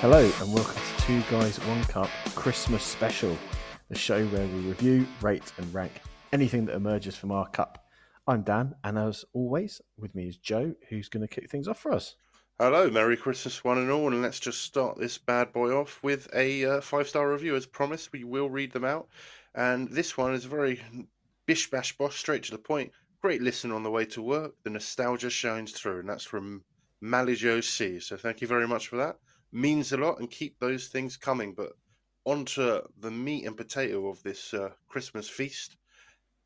Hello, and welcome to Two Guys One Cup Christmas Special, the show where we review, rate, and rank anything that emerges from our cup. I'm Dan, and as always, with me is Joe, who's going to kick things off for us. Hello, Merry Christmas, one and all, and let's just start this bad boy off with a uh, five star review. As promised, we will read them out. And this one is very bish bash bosh, straight to the point. Great listen on the way to work. The nostalgia shines through, and that's from Malijo C. So thank you very much for that. Means a lot, and keep those things coming. But on to the meat and potato of this uh, Christmas feast,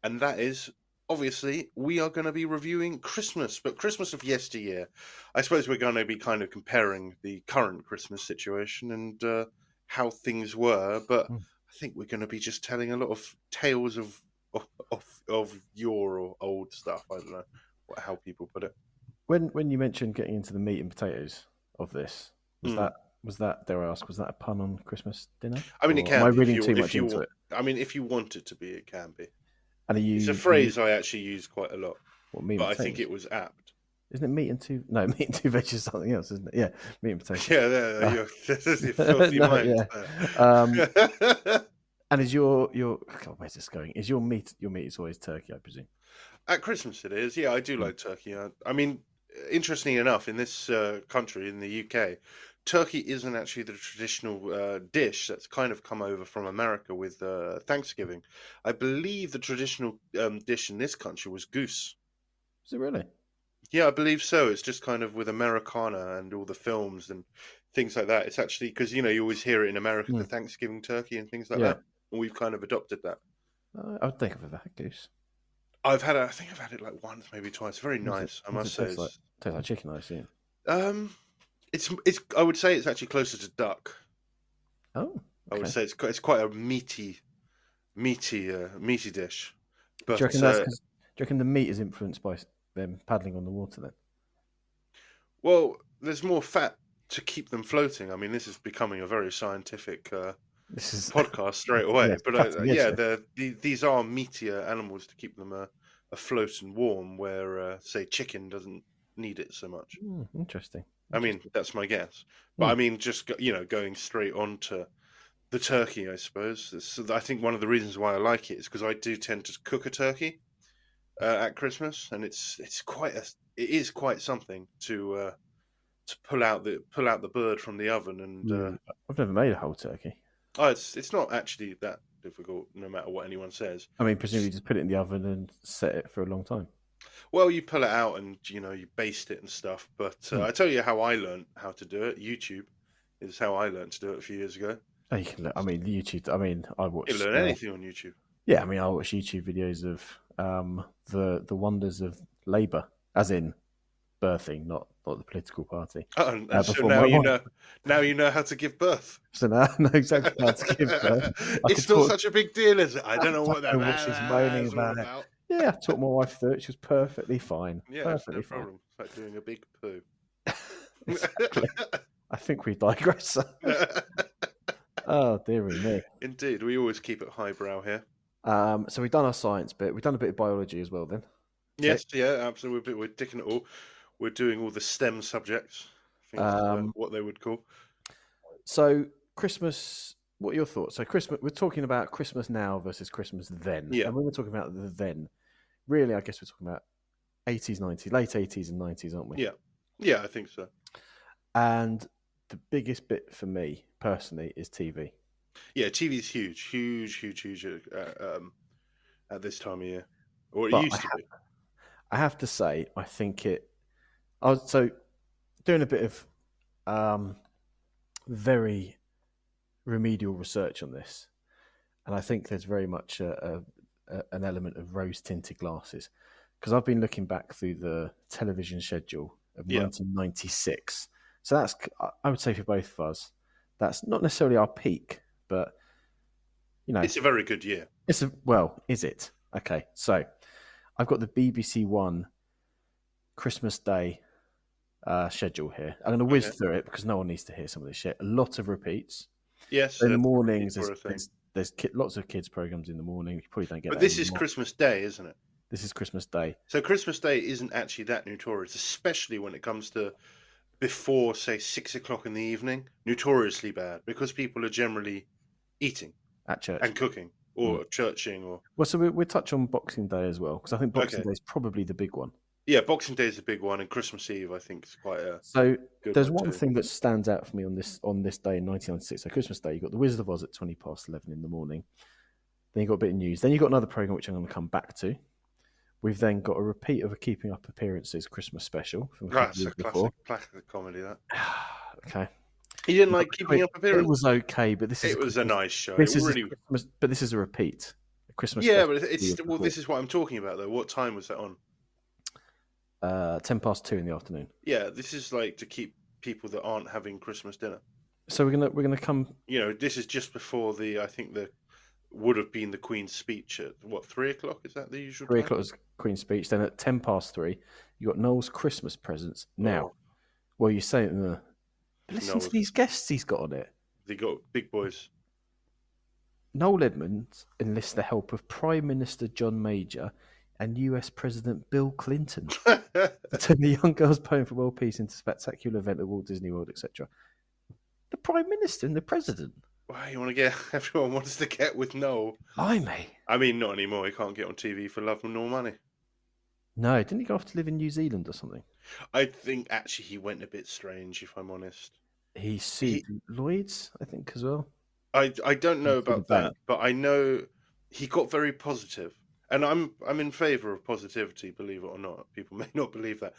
and that is obviously we are going to be reviewing Christmas, but Christmas of yesteryear. I suppose we're going to be kind of comparing the current Christmas situation and uh, how things were, but Hmm. I think we're going to be just telling a lot of tales of of of, of your or old stuff. I don't know what, how people put it. When when you mentioned getting into the meat and potatoes of this, was Hmm. that was that dare I ask was that a pun on Christmas dinner? I mean, it Or can Am I be if reading you- too if much you into want- it? I mean, if you want it to be, it can be. And are you? It's a phrase I actually use quite a lot, What, meat and but I think potatoes? it was apt. isn't it meat and two. No, meat and two veg is something else, isn't it? Yeah, meat and potatoes. Yeah, there, there, Ah. you're, there's your filthy No, mind. yeah. Um, there. And is your your God, where's this going? Is your meat your meat is always turkey, I presume. At Christmas, it is. Yeah, I do Mm. like turkey. uh, I, I mean, interestingly enough, in this uh, country, in the UK, turkey isn't actually the traditional uh, dish that's kind of come over from America with uh, Thanksgiving. I believe the traditional um, dish in this country was goose. Is it really? Yeah, I believe so. It's just kind of with Americana and all the films and things like that. It's actually because, you know, you always hear it in America, the Mm. Thanksgiving turkey and things like Yeah. that. And we've kind of adopted that. Uh, I would think I've ever had goose. I've had, a, I think I've had it like once, maybe twice. Very What does it- nice, I what does must it say. taste It's- Tastes like chicken, I assume. Um, it's it's. I would say it's actually closer to duck. Oh, I okay. would say it's quite, it's quite a meaty, meaty, uh, meaty dish. do But you reckon that's uh, 'cause- do you reckon the meat is influenced by s- them paddling on the water then? well, there's more fat to keep them floating. I mean, this is becoming a very scientific uh, This is podcast straight away. Yeah, but uh, cutting edge yeah, there. the, the, these are meatier animals to keep them uh, afloat and warm, where uh, say chicken doesn't need it so much. Hmm, interesting. I mean, that's my guess. But I Hmm. mean, just go- you know, going straight on to the turkey, I suppose. It's, I think one of the reasons why I like it is because I do tend to cook a turkey uh, at Christmas, and it's it's quite a it is quite something to uh, to pull out the pull out the bird from the oven, and Hmm. I've never made a whole turkey. uh, oh, it's it's not actually that difficult, no matter what anyone says. I mean, presumably just put it in the oven and set it for a long time. Well, you pull it out and you know you baste it and stuff. But uh, Hmm. I tell you how I learned how to do it. YouTube is how I learned to do it a few years ago. Oh, you can. Look, I mean, YouTube. I mean, I watch. You learn uh, anything on YouTube. Yeah, I mean, I watch YouTube videos of um, the the wonders of labour, as in birthing, not not the political party. Oh, and uh, so before now my you wife. know now you know how to give birth. So now I know exactly how to give birth. I it's could not talk- such a big deal, is it? I don't know don't what that "Ah," know what she's moaning is all about. Yeah, I taught my wife through it. She was perfectly fine. Yeah, it's perfectly no fine. problem. It's like doing a big poo. Exactly. I think we digress. oh, dearie me. Indeed, we always keep it highbrow here. Um, so we've done our science bit. We've done a bit of biology as well then. Okay. Yes, yeah, absolutely. We're, we're dicking it all. We're doing all the STEM subjects. I think is, uh, Um, what they would call. So Christmas, what are your thoughts? So Christmas, we're talking about Christmas now versus Christmas then. Yeah. And when we're talking about the then, really, I guess we're talking about 80s, 90s, late 80s and 90s, aren't we? Yeah. Yeah, I think so. And the biggest bit for me personally is TV. Yeah, TV's huge, huge, huge, huge uh, um, at this time of year, or it But I used to have- be. I have to say, I think it. I was so doing a bit of um, very remedial research on this, and I think there's very much a, a, a, an element of rose tinted glasses because I've been looking back through the television schedule of Yeah. 1996. So that's I- I would say for both of us, that's not necessarily our peak, but you know, It's a very good year. it's a, well, is it? Okay, so I've got the BBC One Christmas Day uh, schedule here. I'm going to whiz Okay. through it because no one needs to hear some of this shit. A lot of repeats. Yes, in the uh, mornings, sort there's, of thing. there's, there's ki- lots of kids' programs in the morning. You probably don't get but that this is anymore. Christmas Day, isn't it? This is Christmas Day. So Christmas Day isn't actually that notorious, especially when it comes to before, say, six o'clock in the evening, notoriously bad because people are generally eating at church. and cooking or Mm. churching or well, so we, we'll touch on Boxing Day as well because I think Boxing Okay. Day is probably the big one. yeah. Boxing Day is a big one, and Christmas Eve I think is quite a So good. There's one too. thing that stands out for me on this on this day in 1996, so Christmas Day. You got the Wizard of Oz at 20 past 11 in the morning. Then you got a bit of news. Then you got another program which I'm going to come back to. We've then got a repeat of a Keeping Up Appearances Christmas special from a couple of That's a years classic, classic comedy. That okay, he didn't like keeping up it appearances. was okay, but this is It was a nice show. this it is a really, Christmas, but this is a repeat. A Christmas yeah, special but from the it's year it's- well. before. This is what I'm talking about though. What time was that on? uh, 10 past two in the afternoon. Yeah, this is like to keep people that aren't having Christmas dinner. So we're gonna we're gonna come. You know, this is just before the I think the would have been the Queen's speech at what three o'clock? Is that the usual? Three time? o'clock is Queen's speech. Then at ten past three, you got Noel's Christmas presents. Now, Oh, Well, you say it in the. But listen Noel. to these guests he's got on it. they got big boys. Noel Edmonds enlists the help of Prime Minister John Major and US President Bill Clinton to turn the young girl's poem for world peace into a spectacular event at Walt Disney World, etc. The Prime Minister and the President. Why you want to get everyone wants to get with Noel? Blimey. I mean, not anymore. He can't get on TV for love nor money. No, didn't he go off to live in New Zealand or something? I think actually he went a bit strange, if I'm honest. He sued Lloyd's, I think, as well. I I don't know Something about like that, but I know he got very positive, and I'm I'm in favour of positivity. Believe it or not, people may not believe that,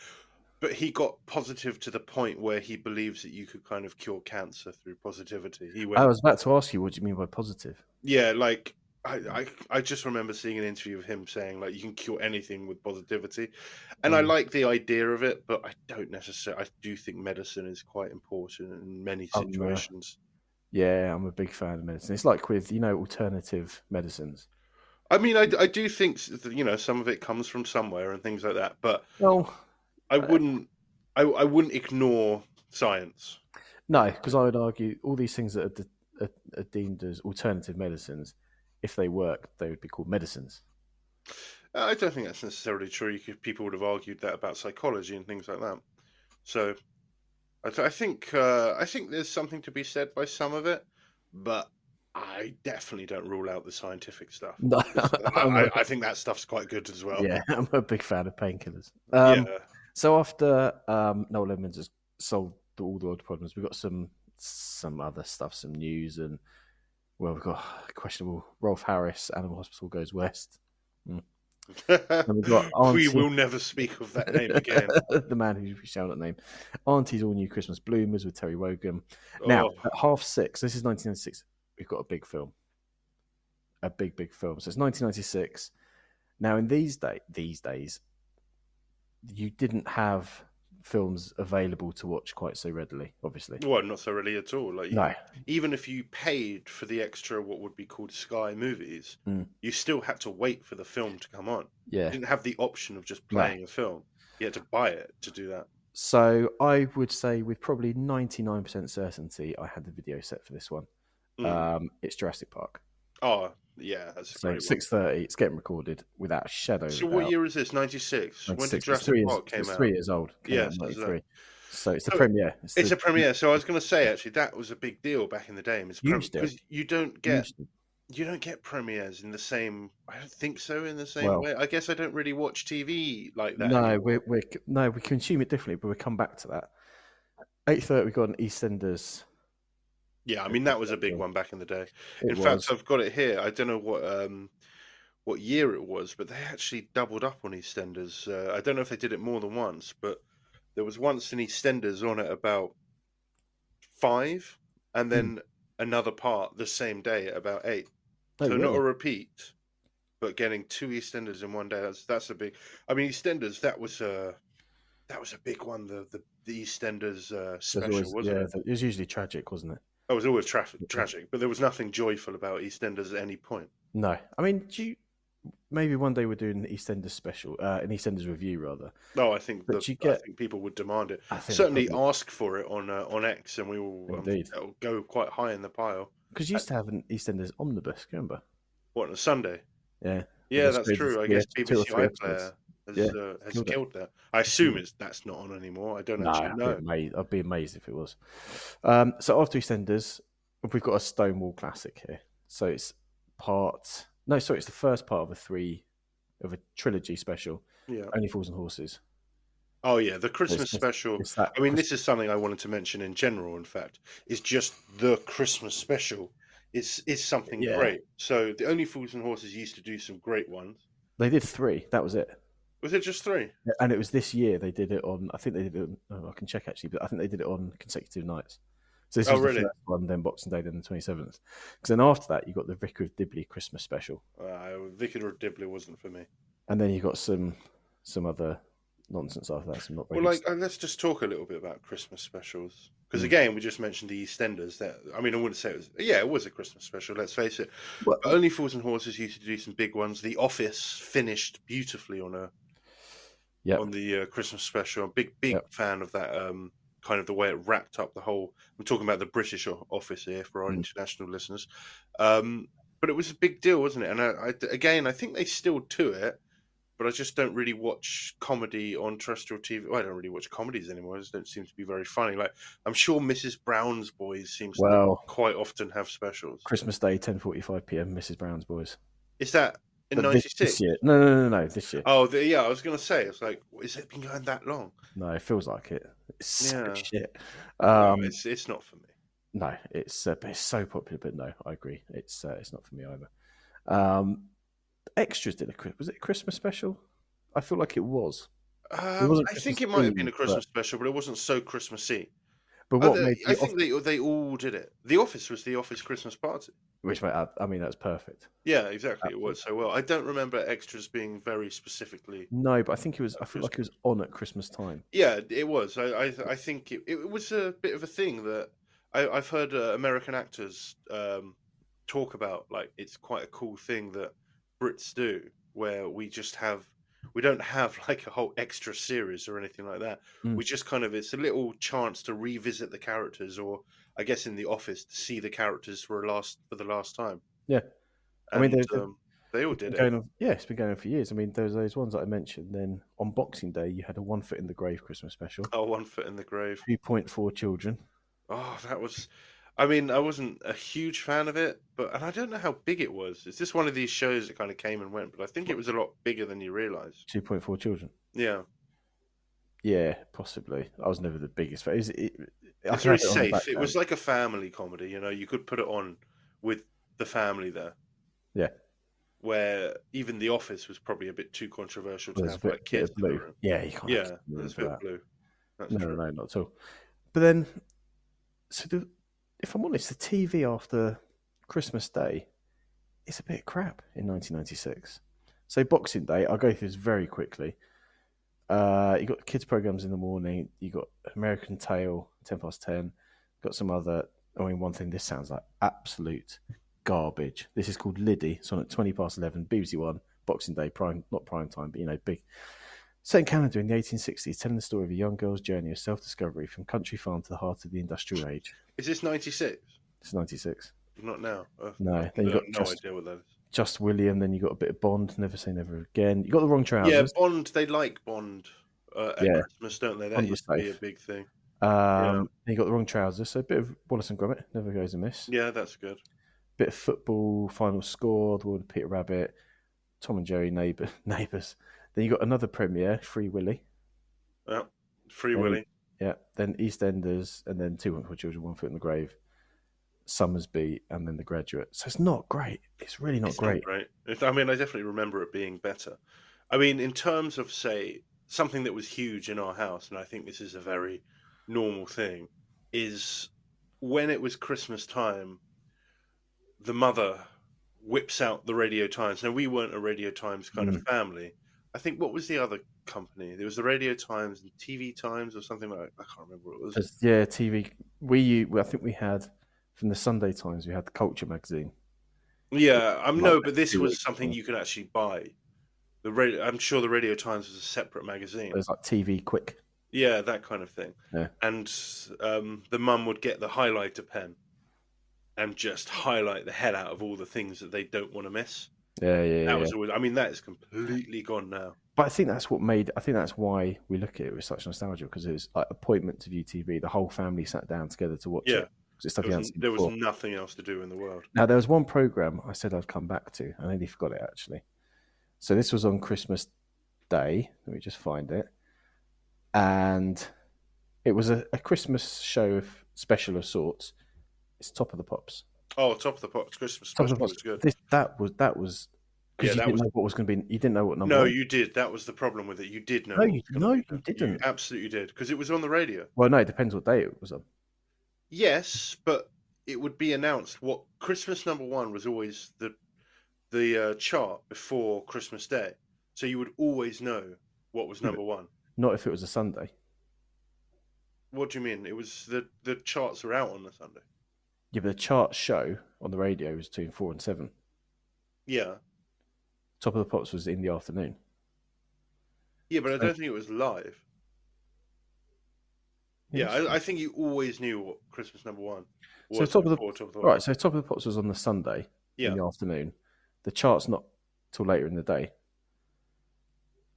but he got positive to the point where he believes that you could kind of cure cancer through positivity. He went, I was about to ask you, what do you mean by positive? yeah, like. I, I I just remember seeing an interview of him saying like you can cure anything with positivity, and I Mm. like the idea of it, but I don't necessarily. I do think medicine is quite important in many Oh, yeah. situations. Yeah, I'm a big fan of medicine. It's like with, you know, alternative medicines. I mean, I, I do think s- that, you know some of it comes from somewhere and things like that, but Well, I Uh, wouldn't, I, I wouldn't ignore science. No, because I would argue all these things that are, de- are, are deemed as alternative medicines, if they work, they would be called medicines. Uh, I don't think that's necessarily true. You could, people would have argued that about psychology and things like that. So, I, th- I think, uh, I think there's something to be said by some of it, but I definitely don't rule out the scientific stuff. No, I, I'm I, a- I think that stuff's quite good as well. yeah, I'm a big fan of painkillers. Um, yeah. So after um, Noel Edmonds has solved the- all the world problems, we've got some some other stuff, some news, and well, we've got questionable Rolf Harris, Animal Hospital goes west. we've got we auntie- will never speak of that name again. the man who we shall not name. Auntie's All New Christmas Bloomers with Terry Wogan. Now, Oh. at half six, this is 1996, we've got a big film. A big, big film. So it's 1996. Now, in these, day, these days, you didn't have films available to watch quite so readily, obviously. Oh, Well, not so really at all. Like you- No. even if you paid for the extra, what would be called Sky Movies, Mm. you still had to wait for the film to come on. You Yeah. didn't have the option of just No. playing a film. You had to buy it to do that. So I would say, with probably 99% certainty, I had the video set for this one. Mm. Um, it's Jurassic Park. oh, yeah, that's a So great. six thirty, it's getting recorded without a shadow. one. of So a what doubt. year is this? Ninety six. When 96. did It's Jurassic three Park years, came it's out? Three years old. Came Yeah, out in so it's that. 93. So it's the So premiere. It's the a premiere, so I was going to say actually that was a big deal back in the day. It's Huge deal. because you don't get huge- you don't get premieres in the same. I don't think so in the same Well- way. I guess I don't really watch TV like that. No, anymore. we're, we're no, we consume it differently, but we'll come back to that. Eight thirty, we got an EastEnders. Yeah, I mean that was a big Yeah. one back in the day. It in was. fact, I've got it here. I don't know what um what year it was, but they actually doubled up on EastEnders. Uh, I don't know if they did it more than once, but there was once an EastEnders on at about five, Hmm. and then another part the same day at about eight. No, so not Oh, really. a repeat, but getting two EastEnders in one day. That's that's a big. I mean, EastEnders that was a that was a big one. The the, the EastEnders uh, There's special always- wasn't yeah, it? it was usually tragic, wasn't it? That was always tra- tragic, but there was nothing joyful about EastEnders at any point. No, I mean, do you, maybe one day we're doing an EastEnders special, uh, an EastEnders review rather. No, I think But the, you get- I think people would demand it. I think Certainly ask for it on uh, on X, and we will. Um, Indeed. it'll go quite high in the pile. because you used to have an EastEnders omnibus, can you remember? What on a Sunday? Yeah, Yeah, Just that's read the- true. I yeah, guess two or BBC three episodes. iPlayer. has, Yeah, uh, has killed killed, it. that. I assume it's that's not on anymore. I don't No, I'd actually be, know. amazed, I'd be amazed if it was. Um, so after EastEnders, we've got a Stonewall classic here. So it's part no, sorry, it's the first part of a three of a trilogy special. Yeah. Only Fools and Horses. Oh yeah, the Christmas just- special. It's that. I mean, this is something I wanted to mention in general. In fact, is just the Christmas special. It's is something Yeah. great. So the only fools and horses used to do some great ones. they did three. That was it. Was it just three? And it was this year they did it on. I think they did it. On, oh, I can check actually, but I think they did it on consecutive nights. So this Oh, was really? the first one, then Boxing Day, then the twenty seventh. Because then after that, you got the Vicar of Dibley Christmas special, Uh, Vicar of Dibley wasn't for me. and then you got some some other nonsense after that. Some not very Well, good like uh, let's just talk a little bit about Christmas specials because Hmm. again, we just mentioned the EastEnders. That I mean, I wouldn't say it was. Yeah, it was a Christmas special. Let's face it. Well- but Only Fools and Horses used to do some big ones. The Office finished beautifully on a Yep. on the uh, Christmas special. I'm a big big Yep. fan of that. Um, kind of the way it wrapped up the whole. I'm talking about the British o- Office here for our Hmm. international listeners. Um, but it was a big deal, wasn't it? And I, I, again, I think they still do it but I just don't really watch comedy on terrestrial TV. Well, I don't really watch comedies anymore. They just don't seem to be very funny. Like I'm sure Mrs. Brown's Boys seems Well, to quite often have specials. Christmas Day, ten forty five p.m. Mrs. Brown's Boys. Is that in But this, '96? this year? No, no, no, no, no, This year? Oh, the, yeah. I was gonna say it's like, is it been going that long? No, it feels like it. It's so Yeah. Oh, shit. No, Um, it's it's not for me. no, it's uh, but it's so popular. But no, I agree. It's uh, it's not for me either. Um, extras did a Chris- was it a Christmas special? I feel like it was. Um, wasn't I think Christmas it might have been a themed, but- Christmas special, but it wasn't so Christmassy. But I, what made Oh, I the think off- they they all did it. The Office was the Office Christmas party. which made I, I mean that's perfect. Yeah, exactly. It was so well. I don't remember extras being very specifically No, but I think it was. I feel like it was on at Christmas time. Yeah, it was. I I, I think it, it was a bit of a thing that I, I've heard uh, American actors um, talk about. Like, it's quite a cool thing that Brits do, where we just have we don't have like a whole extra series or anything like that. Mm. We just kind of it's a little chance to revisit the characters, or I guess in the office to see the characters for a last for the last time. Yeah. I and, mean, there's- um, they all did it. Going on, yeah, it's been going on for years. I mean, there was those ones that I mentioned. Then on Boxing Day, you had a One Foot in the Grave Christmas special. Oh, one foot in the grave. Two point four children. Oh, that was. I mean, I wasn't a huge fan of it, but and I don't know how big it was. It's just one of these shows that kind of came and went, but I think it was a lot bigger than you realize. Two point four children. Yeah, Yeah, possibly. I was never the biggest fan. It was, it, I it's can very have it on the safe. It background. was like a family comedy, you know. You could put it on with the family there. Yeah. Where even The Office was probably a bit too controversial to There's have a bit- like bit kids of in the blue. room. Yeah, you can't. Yeah, have kids in the room there's a for bit that. of blue. That's No, true. no, not at all. But then, so the, if I'm honest, the TV after Christmas Day is a bit crap in 1996. So Boxing Day, I'll go through this very quickly. Uh, you got kids programs in the morning. You got American Tale, ten past ten. Got some other. I mean, one thing. This sounds like absolute garbage. This is called Liddy. It's on at twenty past eleven. BBC One, Boxing Day, prime not prime time, but you know, big Set in Canada in the 1860s, telling the story of a young girl's journey of self discovery from country farm to the heart of the industrial age. Is this '96? It's 96. Not now. Uh, No, then no you got no just, idea what that is. just William, then you got a bit of Bond, Never Say Never Again. You got the wrong trousers. Yeah, Bond. They like Bond uh, at Yeah. Christmas, don't they? That Bond was used to be a safe. big thing. um, then you got the wrong trousers. So a bit of Wallace and Gromit, never goes amiss. Yeah, that's good. Bit of football, final score, The World of Peter Rabbit, Tom and Jerry, neighbor, Neighbours. Then you got another premiere, Free Willy. Yeah, Free Then- Willy. Yeah. Then EastEnders, and then Two Wonderful Children, One Foot in the Grave, Summersby, and then The Graduate. So it's not great. It's really not It's great. right? It's- I mean, I definitely remember it being better. I mean, in terms of say something that was huge in our house, and I think this is a very normal thing, is when it was Christmas time, the mother whips out the Radio Times. Now we weren't a Radio Times kind Mm. of family. I think what was the other company? There was the Radio Times and TV Times or something like I can't remember what it was. Just- yeah, TV. We, u- I think we had from the Sunday Times. We had Culture magazine. Yeah, I'm Like no, that but this two was weeks, something yeah. you could actually buy. The radio, I'm sure the Radio Times was a separate magazine. It was like TV Quick. Yeah, that kind of thing. Yeah. And um, the mum would get the highlighter pen and just highlight the hell out of all the things that they don't want to miss. Yeah, yeah, yeah. That was always. I mean, that is completely gone now. but I think that's what made. I think that's why we look at it with such nostalgia because it was like appointment to view TV. The whole family sat down together to watch Yeah. it. 'cause it's There stuff you was- hadn't seen there before. was nothing else to do in the world. Now there was one program I said I'd come back to. I nearly forgot it actually. So this was on Christmas Day. Let me just find it. And it was a, a Christmas show of special of sorts. It's Top of the Pops. Oh, Top of the Pops Christmas Top of the special Pops. was good. This that was that was Yeah, because you that didn't was- know what was going to be. You didn't know what number. No, one- you did. That was the problem with it. You did know. No, what you- was gonna no, be you done. didn't. absolutely did because it was on the radio. Well, no, it depends what day it was on. Yes, but it would be announced. What Christmas number one was always the the uh, chart before Christmas Day, so you would always know what was Yeah, but- number one. Not if it was a Sunday. What do you mean? It was the the charts were out on the Sunday. Yeah, but the chart show on the radio was between four and seven. Yeah, Top of the Pops was in the afternoon. yeah, but I So- don't think it was live. Yeah, I, I think you always knew what Christmas number one So was. Top of the- before Top of the All right, so Top of the Pops was on the Sunday Yeah. in the afternoon. The chart's not till later in the day.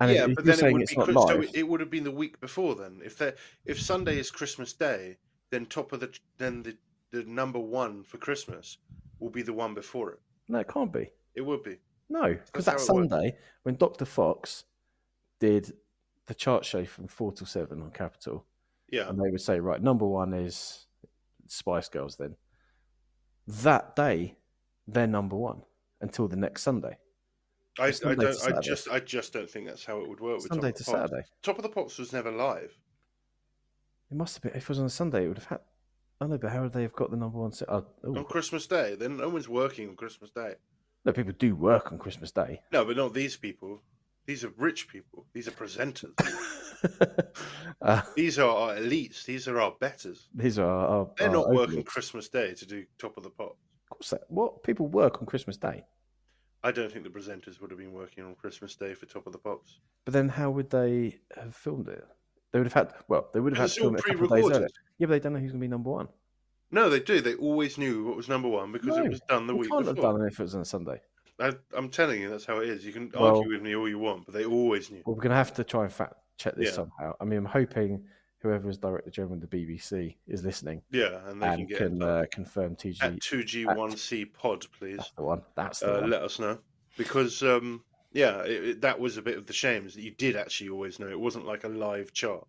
And yeah, if you're but then it saying would it's be not Chris- live, so it, it would have been the week before then. If that if Sunday is Christmas Day, then top of the then the, the number one for Christmas will be the one before it. no, it can't be. It would be. No, because That's that how it works. Sunday when Doctor Fox did the chart show from four till seven on Capital, Yeah. and they would say, right, number one is Spice Girls. Then that day, they're number one until the next Sunday, I, I Sunday to don't I Saturday. just I just don't think that's how it would work with Sunday top to of the Pops. Saturday. Top of the Pops was never live. It must have been. If it was on a Sunday, it would have had. I know, but how would they have got the number one? Set? Oh, ooh. On Christmas Day, then no one's working on Christmas Day. no, people do work on Christmas Day. No, but not these people. These are rich people. These are presenters. uh, These are our elites. These are our betters. these are our, They're our not working overlords. Christmas Day to do top of the pop. Of course, they- what people work on Christmas Day, I don't think the presenters would have been working on Christmas Day for Top of the Pops. but then how would they have filmed it? They would have had well, they would have had Because to it's all film it a couple of days earlier. pre-recorded. Yeah, but they don't know who's going to be number one. No, they do. They always knew what was number one because No, it was done the They week can't before. have done it if it was on a Sunday. I, I'm telling you, that's how it is. You can Well- argue with me all you want, but they always knew. Well, we're going to have to try and fact check this Yeah. somehow. I mean, I'm hoping whoever is director general of the BBC is listening Yeah, and they and can get can in touch. uh, confirm TG. at 2G1C pod, please. that's the one. That's the Uh, one. let us know because um, yeah, it, it- that was a bit of the shame is that you did actually always know. It wasn't like a live chart.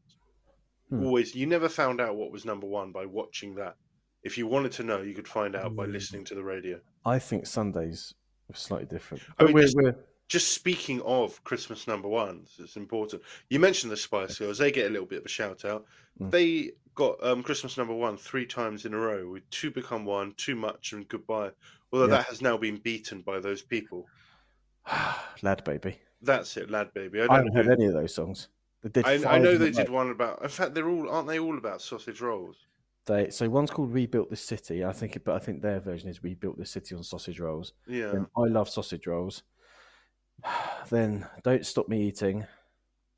Hmm. Always, you never found out what was number one by watching that. If you wanted to know, you could find out by Hmm. listening to the radio. I think Sundays are slightly different. I But mean, we're, just- we're, just speaking of Christmas number ones, it's important. You mentioned the Spice Girls; they get a little bit of a shout out. Mm. They got um, Christmas number one three times in a row with two become one, too much, and goodbye. Although Yeah. that has now been beaten by those people. lad, baby. That's it, lad, baby. I I don't. haven't heard any of those songs. They did. I, I five know in a they did row. one about. In fact, they're all aren't they all about sausage rolls? They so one's called "Rebuilt This City." I think, it- but I think their version is "We Built This City on Sausage Rolls." Yeah, Then I love sausage rolls. Then don't stop me eating.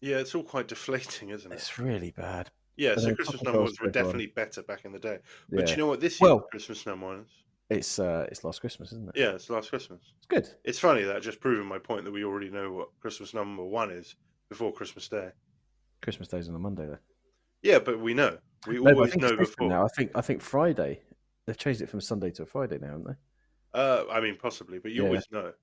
yeah. It's all quite deflating, isn't it? It's really bad. Yeah. and So then Christmas Sausage number Rolls ones were goes on. definitely better back in the day. Yeah, But you know what? This year Well- Christmas number ones. it's uh, it's last Christmas, isn't it? Yeah, it's last Christmas. it's good. It's funny that just proving my point that we already know what Christmas number one is before Christmas Day. Christmas Day's on a Monday though. Yeah, but we know. We No, but I always think it's know different before. Now I think I think Friday they've changed it from Sunday to a Friday now, haven't they? Uh, I mean, possibly, but you Yeah. always know.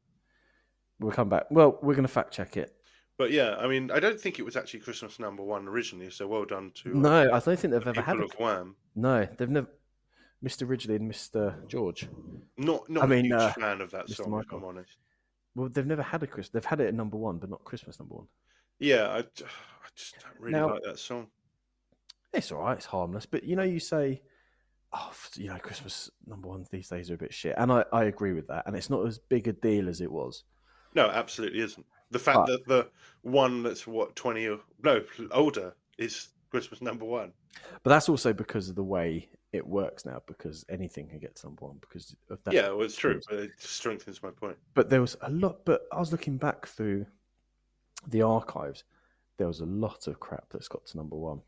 We'll come back. Well, we're going to fact check it. But yeah, I mean, I don't think it was actually Christmas number one originally. So well done to uh, No, I don't think they've the ever had people it. of Wham. No, they've never. Mr. Ridgely and Mr. George. Not not I mean, a huge uh, fan of that Mr. song. If Michael. I'm honest. Well, they've never had a Christmas. They've had it at number one, but not Christmas number one. Yeah, I, j- I just don't really Now- like that song. It's all right. It's harmless. But you know, you say, oh, f- you know, Christmas number one these days are a bit shit, and I, I agree with that. And it's not as big a deal as it was. No, it absolutely isn't. The fact But- that the one that's what twenty or no older is Christmas number one. But that's also because of the way it works now, because anything can get to number one because of that. yeah, well, it's true, but it strengthens my point. But there was a lot. But I was looking back through the archives. There was a lot of crap that's got to number one.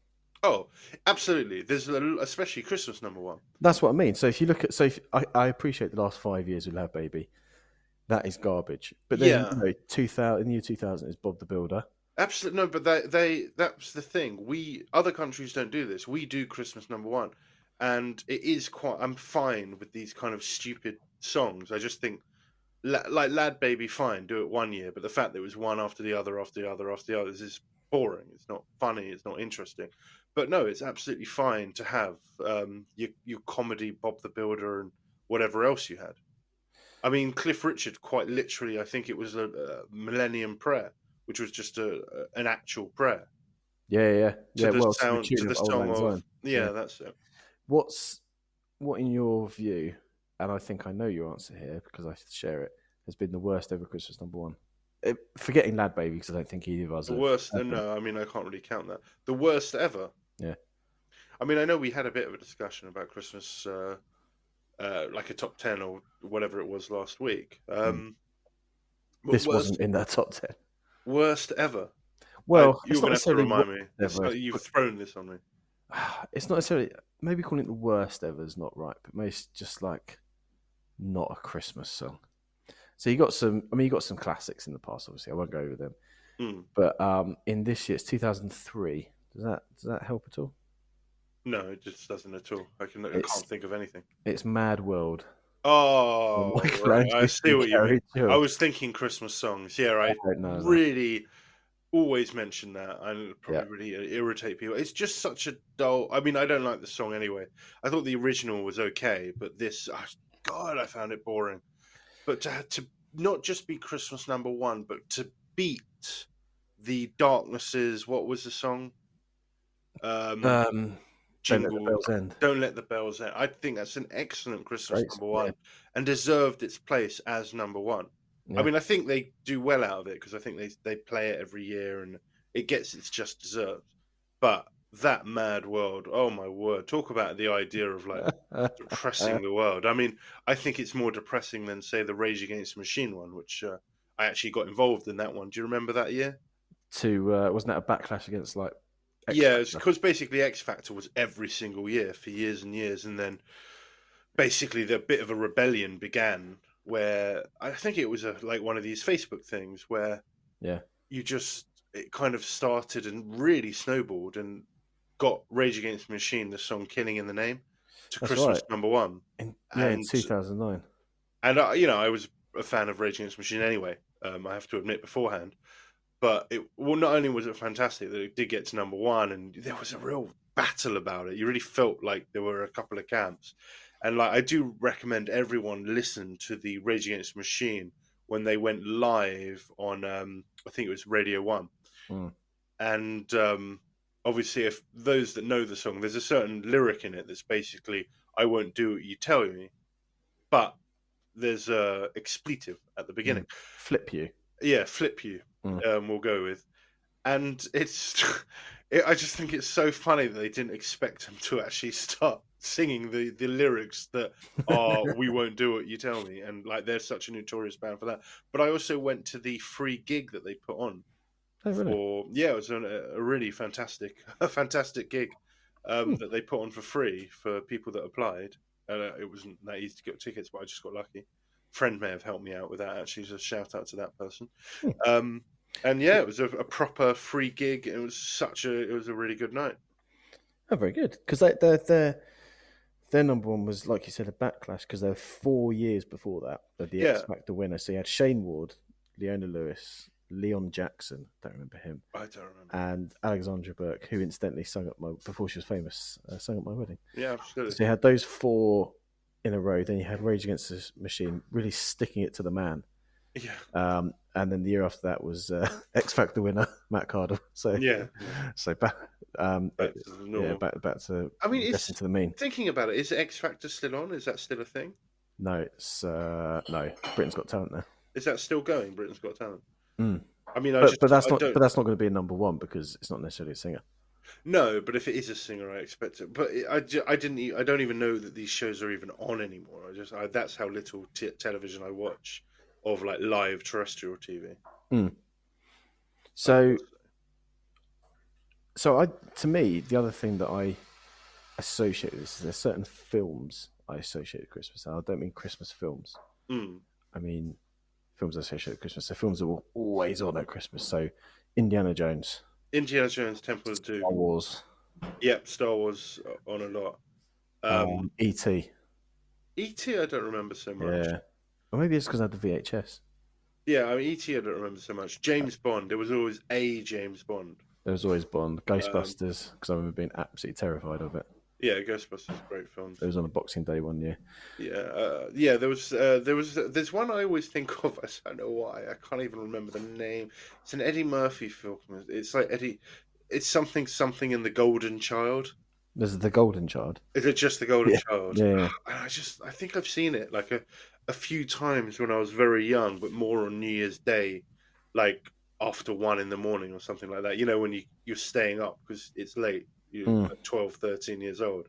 Oh, absolutely. There's a, especially Christmas number one. That's what I mean. So if you look at, so if, I, I appreciate the last five years with Lab Baby, that is garbage. But then Yeah. you know, 2000, in the year 2000 is Bob the Builder. Absolutely no, but they they that's the thing. We other countries don't do this. We do Christmas number one, and it is quite. I'm fine with these kind of stupid songs. I just think la- like Lad Baby, fine, do it one year. But the fact that it was one after the other, after the other, after the other, is just boring. It's not funny. It's not interesting. But no, it's absolutely fine to have um, your your comedy Bob the Builder and whatever else you had. I mean, Cliff Richard, quite literally, I think it was a, a Millennium Prayer, which was just a, a an actual prayer Yeah, yeah, to yeah. the well, sound to the tune to of the Auld song Lang of Syne. yeah, Yeah. that's it. What's what in your view? And I think I know your answer here because I share it. Has been the worst ever Christmas number one. Eh, forgetting Lad Baby because I don't think either of us. The have. worst, happened. no, I mean, I can't really count that. The worst ever. Yeah. I mean, I know we had a bit of a discussion about Christmas, uh, uh, like a top 10 or whatever it was last week. Um, but Hmm. This worst, wasn't in that top ten. worst ever. Well, I- you're it's not going to have to necessarily remind me. ever. It's not- you've thrown this on me. it's not necessarily maybe calling it the worst ever is not right, but maybe it's just like not a Christmas song. So you got some. I mean, you got some classics in the past. Obviously, I won't go over them. Hmm. But um, in this year, it's 2003. Does that does that help at all? No, it just doesn't at all. I, can, I It's- can't think of anything. It's Mad World. Oh, right, I see what you mean. I was thinking Christmas songs. Yeah, I don't know. really always mention that and it probably Yeah. really irritate people. It's just such a dull. I mean, I don't like the song anyway. I thought the original was okay, but this, oh, God, I found it boring. But to to not just be Christmas number one, but to beat the Darknesses. What was the song? Um, Um, Don't Let the Jingle. Bells End. Don't let the bells out. I think that's an excellent Christmas Great, number one and deserved its place as number one. Yeah. I mean, I think they do well out of it because I think they they play it every year and it gets its just deserved. But that mad world, oh my word! Talk about the idea of like depressing the world. I mean, I think it's more depressing than say the Rage Against the Machine one, which uh, I actually got involved in that one. Do you remember that year? to uh, wasn't that a backlash against like? X yeah, it's Factor? because basically X Factor was every single year for years and years, and then basically the bit of a rebellion began where I think it was a, like one of these Facebook things where Yeah. you just it kind of started and really snowballed and got Rage Against the Machine, the song "Killing in the Name," to That's Christmas right. number one. In, yeah, in and- 2009. And I, you know, I was a fan of Rage Against the Machine anyway. Um, I have to admit beforehand, but it well, not only was it fantastic that it did get to number one, and there was a real battle about it. You really felt like there were a couple of camps, and like I do recommend everyone listen to the Rage Against the Machine when they went live on, um, I think it was Radio One, Mm. and um, obviously, if those that know the song, there's a certain lyric in it that's basically "I won't do what you tell me," but there's a expletive at the beginning. Flip you. Yeah, flip you. Mm. Um, we'll go with, and it's. It, I just think it's so funny that they didn't expect him to actually start singing the the lyrics that are "We won't do what you tell me," and like they're such a notorious band for that. But I also went to the free gig that they put on Oh, really? for yeah, it was an, a a really fantastic, a fantastic gig Hmm. um, that they put on for free for people that applied. And uh, it wasn't that easy to get tickets, but I just got lucky. Friend may have helped me out with that. Actually, so shout out to that person. Hmm. Um, and yeah, it was a, a proper free gig. It was such a, it was a really good night. Oh, very good. Because their their their number one was like you said a backlash because they were four years before that they're the X Yeah. Factor winner. So you had Shane Ward, Leona Lewis, Leon Jackson. Don't remember him. I don't remember. And Alexandra Burke, who incidentally sung at my before she was famous, uh, sung at my wedding. Yeah, absolutely. So you had those four in a row. Then you had Rage Against the Machine, really sticking it to the man. Yeah, Um, and then the year after that was uh, X Factor winner Matt Carter. So yeah. so back um, Back to the normal. yeah, back back to I mean, it's- regressing to the mean. Thinking about it, is X Factor still on? Is that still a thing? No, it's uh, no. Britain's Got Talent now, Is that still going? Britain's Got Talent. Mm. I mean, I but, just, but that's I not. don't- But that's not going to be a number one because it's not necessarily a singer. No, but if it is a singer, I expect it. But it- I, ju- I didn't. e- I don't even know that these shows are even on anymore. I just I, that's how little t- television I watch of like live terrestrial TV. So, so I to me the other thing that I associate with this is there's certain films I associate with Christmas. And I don't mean Christmas films. Mm, I mean films I associate with Christmas. So films that were always on at Christmas. So Indiana Jones, Indiana Jones, Temple of Star Doom. Wars, Yep, Star Wars uh, on a lot. Um, um, E.T. E.T. I don't remember so much. Yeah. Or maybe it's because I had the VHS. Yeah, I mean, E.T. I don't remember so much. Uh, James Bond. There was always a James Bond. There was always Um, Bond, Ghostbusters, because I remember being absolutely terrified of it. Yeah, Ghostbusters, great films. It was on a Boxing Day one year. Yeah, uh, yeah. There was, uh, there was, there's one I always think of. I don't know why. I can't even remember the name. It's an Eddie Murphy film. It's like Eddie. It's something, something in the Golden Child. There's the Golden Child. Is it just the Golden Child? Yeah, yeah. And I just, I think I've seen it like a, a few times when I was very young, but more on New Year's Day, like after one in the morning or something like that. You know, when you you're staying up because it's late. You're Mm. like 12, 13 years old,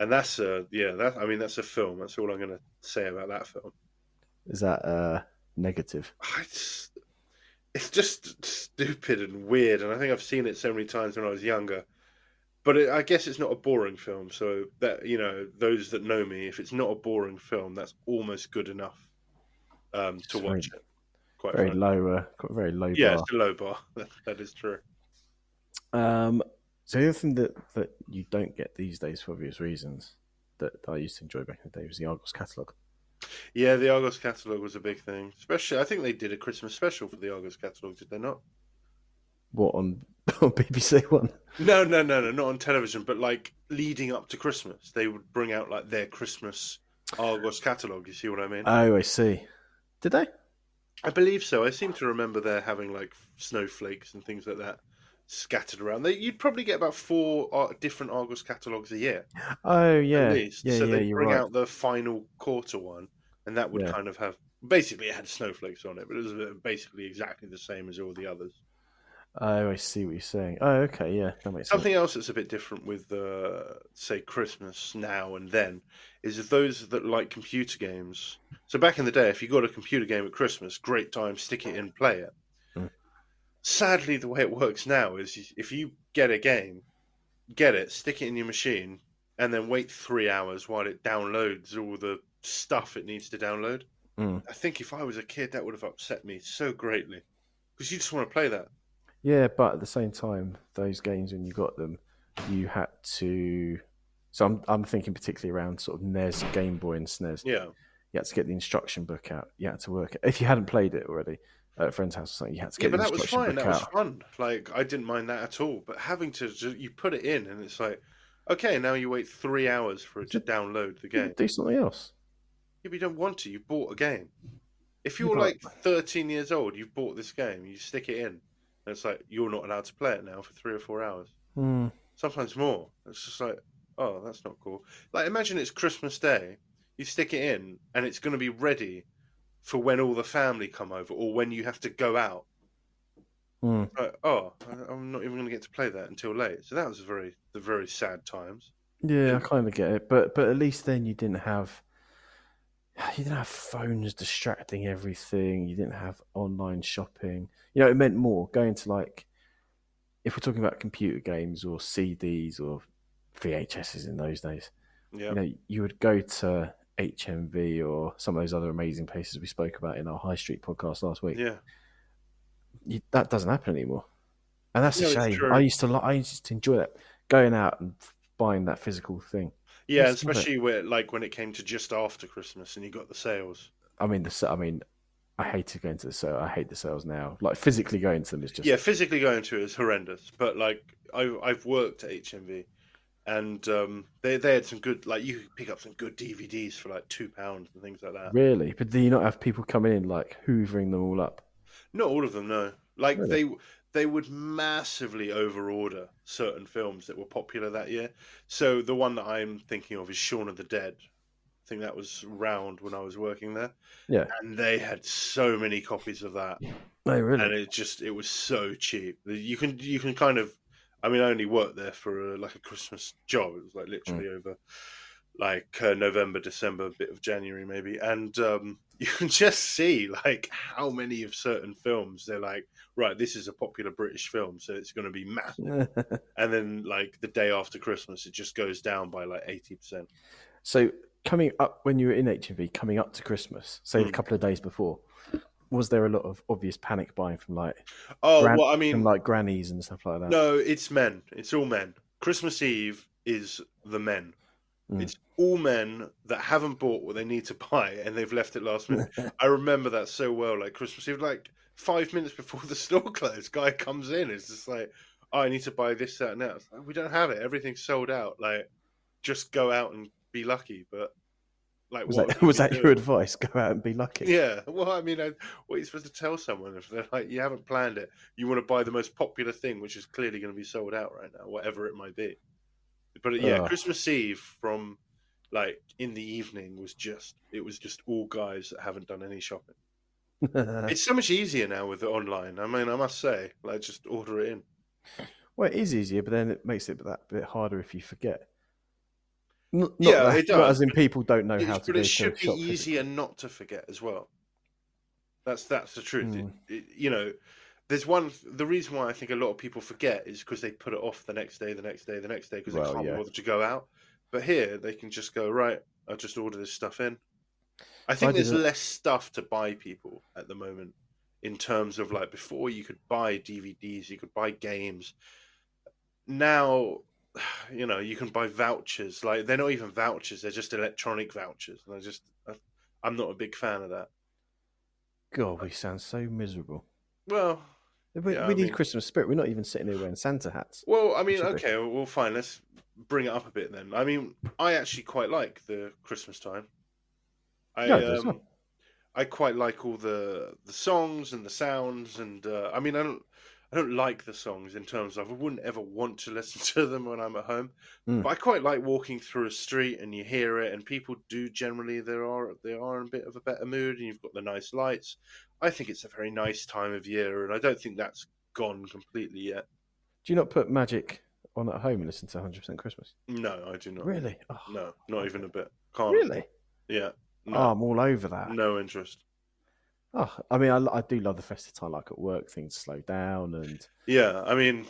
and that's a yeah. That I mean, that's a film. That's all I'm gonna say about that film. Is that uh, negative? it's it's just stupid and weird, and I think I've seen it so many times when I was younger. But it, I guess it's not a boring film, so that you know those that know me, if it's not a boring film, that's almost good enough um, to It's very- watch it. Quite Very frankly. low, uh, quite very low yeah, bar. it's a low bar. that is true. Um, so the other thing that, that you don't get these days for obvious reasons that, that I used to enjoy back in the day was the Argos catalogue. Yeah, the Argos catalog was a big thing, especially. I think they did a Christmas special for the Argos catalog, did they not? What on, on BBC One? No, no, no, no, not on television, but like leading up to Christmas, they would bring out like their Christmas Argos catalog. You see what I mean? Oh, I see. Did they? I believe so. I seem to remember there having like snowflakes and things like that scattered around. They, you'd probably get about four uh, different Argos catalogs a year Oh, yeah. at least. Yeah, so yeah, they'd you're bring right. out the final quarter one, and that would Yeah. kind of have basically it had snowflakes on it, but it was uh, basically exactly the same as all the others. Oh, I see what you're saying. Oh, okay. Yeah, that makes sense. Something else that's a bit different with, uh, say, Christmas now and then is those that like computer games. So back in the day, if you got a computer game at Christmas, great time, stick it in, play it. Mm. Sadly, the way it works now is you- if you get a game, get it, stick it in your machine, and then wait three hours while it downloads all the stuff it needs to download. Mm. I think if I was a kid, that would have upset me so greatly because you just want to play that. Yeah, but at the same time, those games when you got them, you had to. So I'm I'm thinking particularly around sort of NES, Game Boy, and SNES. Yeah. You had to get the instruction book out. You had to work it. if you hadn't played it already at a friend's house or something. You had to Yeah, get but the that was instruction fine. book That was out. fun. Like I didn't mind that at all. But having to ju- you put it in and it's like, okay, now you wait three hours for it to download the game. Do something else. If you don't want to, you bought a game. If you're Yeah. like 13 years old, you bought this game, you stick it in, and it's like you're not allowed to play it now for three or four hours, Hmm. sometimes more. It's just like, oh, that's not cool. Like imagine it's Christmas Day, you stick it in, and it's going to be ready for when all the family come over or when you have to go out Hmm. like, oh, I- I'm not even going to get to play that until late. So that was very the very sad times. Yeah, I kind of get it, but but at least then you didn't have you didn't have phones distracting everything. You didn't have online shopping. You know, it meant more going to like if we're talking about computer games or CDs or VHSs in those days. Yeah, You know, you would go to HMV or some of those other amazing places we spoke about in our High Street podcast last week. yeah, You, that doesn't happen anymore, and that's No, a it's shame. true. I used to li- I used to enjoy that going out and buying that physical thing. yeah. Let's do it. Especially where like when it came to just after Christmas and you got the sales. I mean, the se- I mean, I hated going to the sale. I hate the sales now. Like physically going to them is just Yeah, physically going to it is horrendous. But like I I've worked at HMV, and um, they they had some good like you could pick up some good DVDs for like two pounds and things like that. really. But do you not have people coming in like hoovering them all up? Not all of them, no. Like Really? they they would massively overorder certain films that were popular that year. So the one that I'm thinking of is Shaun of the Dead. I think that was round when I was working there. Yeah. And they had so many copies of that, No, and really. it just it was so cheap. You can you can kind of, I mean, I only worked there for uh like a Christmas job. It was like literally over like uh, November, December, a bit of January maybe, and um, you can just see like how many of certain films they're like, right, this is a popular British film, so it's going to be massive. And then like the day after Christmas, it just goes down by like eighty percent. so coming up when you were in HMV, coming up to Christmas, say Hmm. a couple of days before, was there a lot of obvious panic buying from like Oh, gran- well, I from mean, like grannies and stuff like that? no, it's men. It's all men. Christmas Eve is the men. Mm. It's all men that haven't bought what they need to buy and they've left it last minute. I remember that so well. Like Christmas Eve, like five minutes before the store closed, guy comes in. It's just like, oh, I need to buy this, that, and that. It's like, we don't have it. Everything's sold out. Like, just go out and be lucky. But like, was what that, are you was that doing? your advice? Go out and be lucky. Yeah. Well, I mean, I, what are you supposed to tell someone if they're like, you haven't planned it? You want to buy the most popular thing, which is clearly going to be sold out right now, whatever it might be. But yeah, Ugh. Christmas Eve from like in the evening was just, it was just all guys that haven't done any shopping. It's so much easier now with the online. I mean, I must say, like, just order it in. well, it is easier, but then it makes it that bit harder if you forget. N- Not Yeah, that- it not does, as in but- people don't know It how is- to but do it to should be shop physically. easier not to forget as well. That's that's the truth. Hmm. It- it- you know, there's one. The reason why I think a lot of people forget is because they put it off the next day, the next day, the next day because Well, they can't yeah. bother to go out. But here they can just go right. I'll just order this stuff in. I think I there's didn't- less stuff to buy people at the moment in terms of like before you could buy DVDs, you could buy games. Now, you know, you can buy vouchers. Like they're not even vouchers; they're just electronic vouchers. And I just, I, I'm not a big fan of that. God, we sound so miserable. Well, We, Yeah, we I need mean- Christmas spirit. We're not even sitting here wearing Santa hats. Well, I mean, should be. okay, well, fine. Let's bring it up a bit then. I mean, I actually quite like the Christmas time. I Yeah, it does, um, I quite like all the the songs and the sounds, and uh, I mean, I don't I don't like the songs in terms of I wouldn't ever want to listen to them when I'm at home. Mm. But I quite like walking through a street and you hear it, and people do generally there are they are in a bit of a better mood, and you've got the nice lights. I think it's a very nice time of year, and I don't think that's gone completely yet. Do you not put magic on at home and listen to 100% Christmas? No, I do not. Really? Oh, No, not even a bit. Can't. Really? Yeah. Oh, No, I'm all over that. no interest. Oh, I mean, I, I do love the festive time, like at work, things slow down and. Yeah, I mean,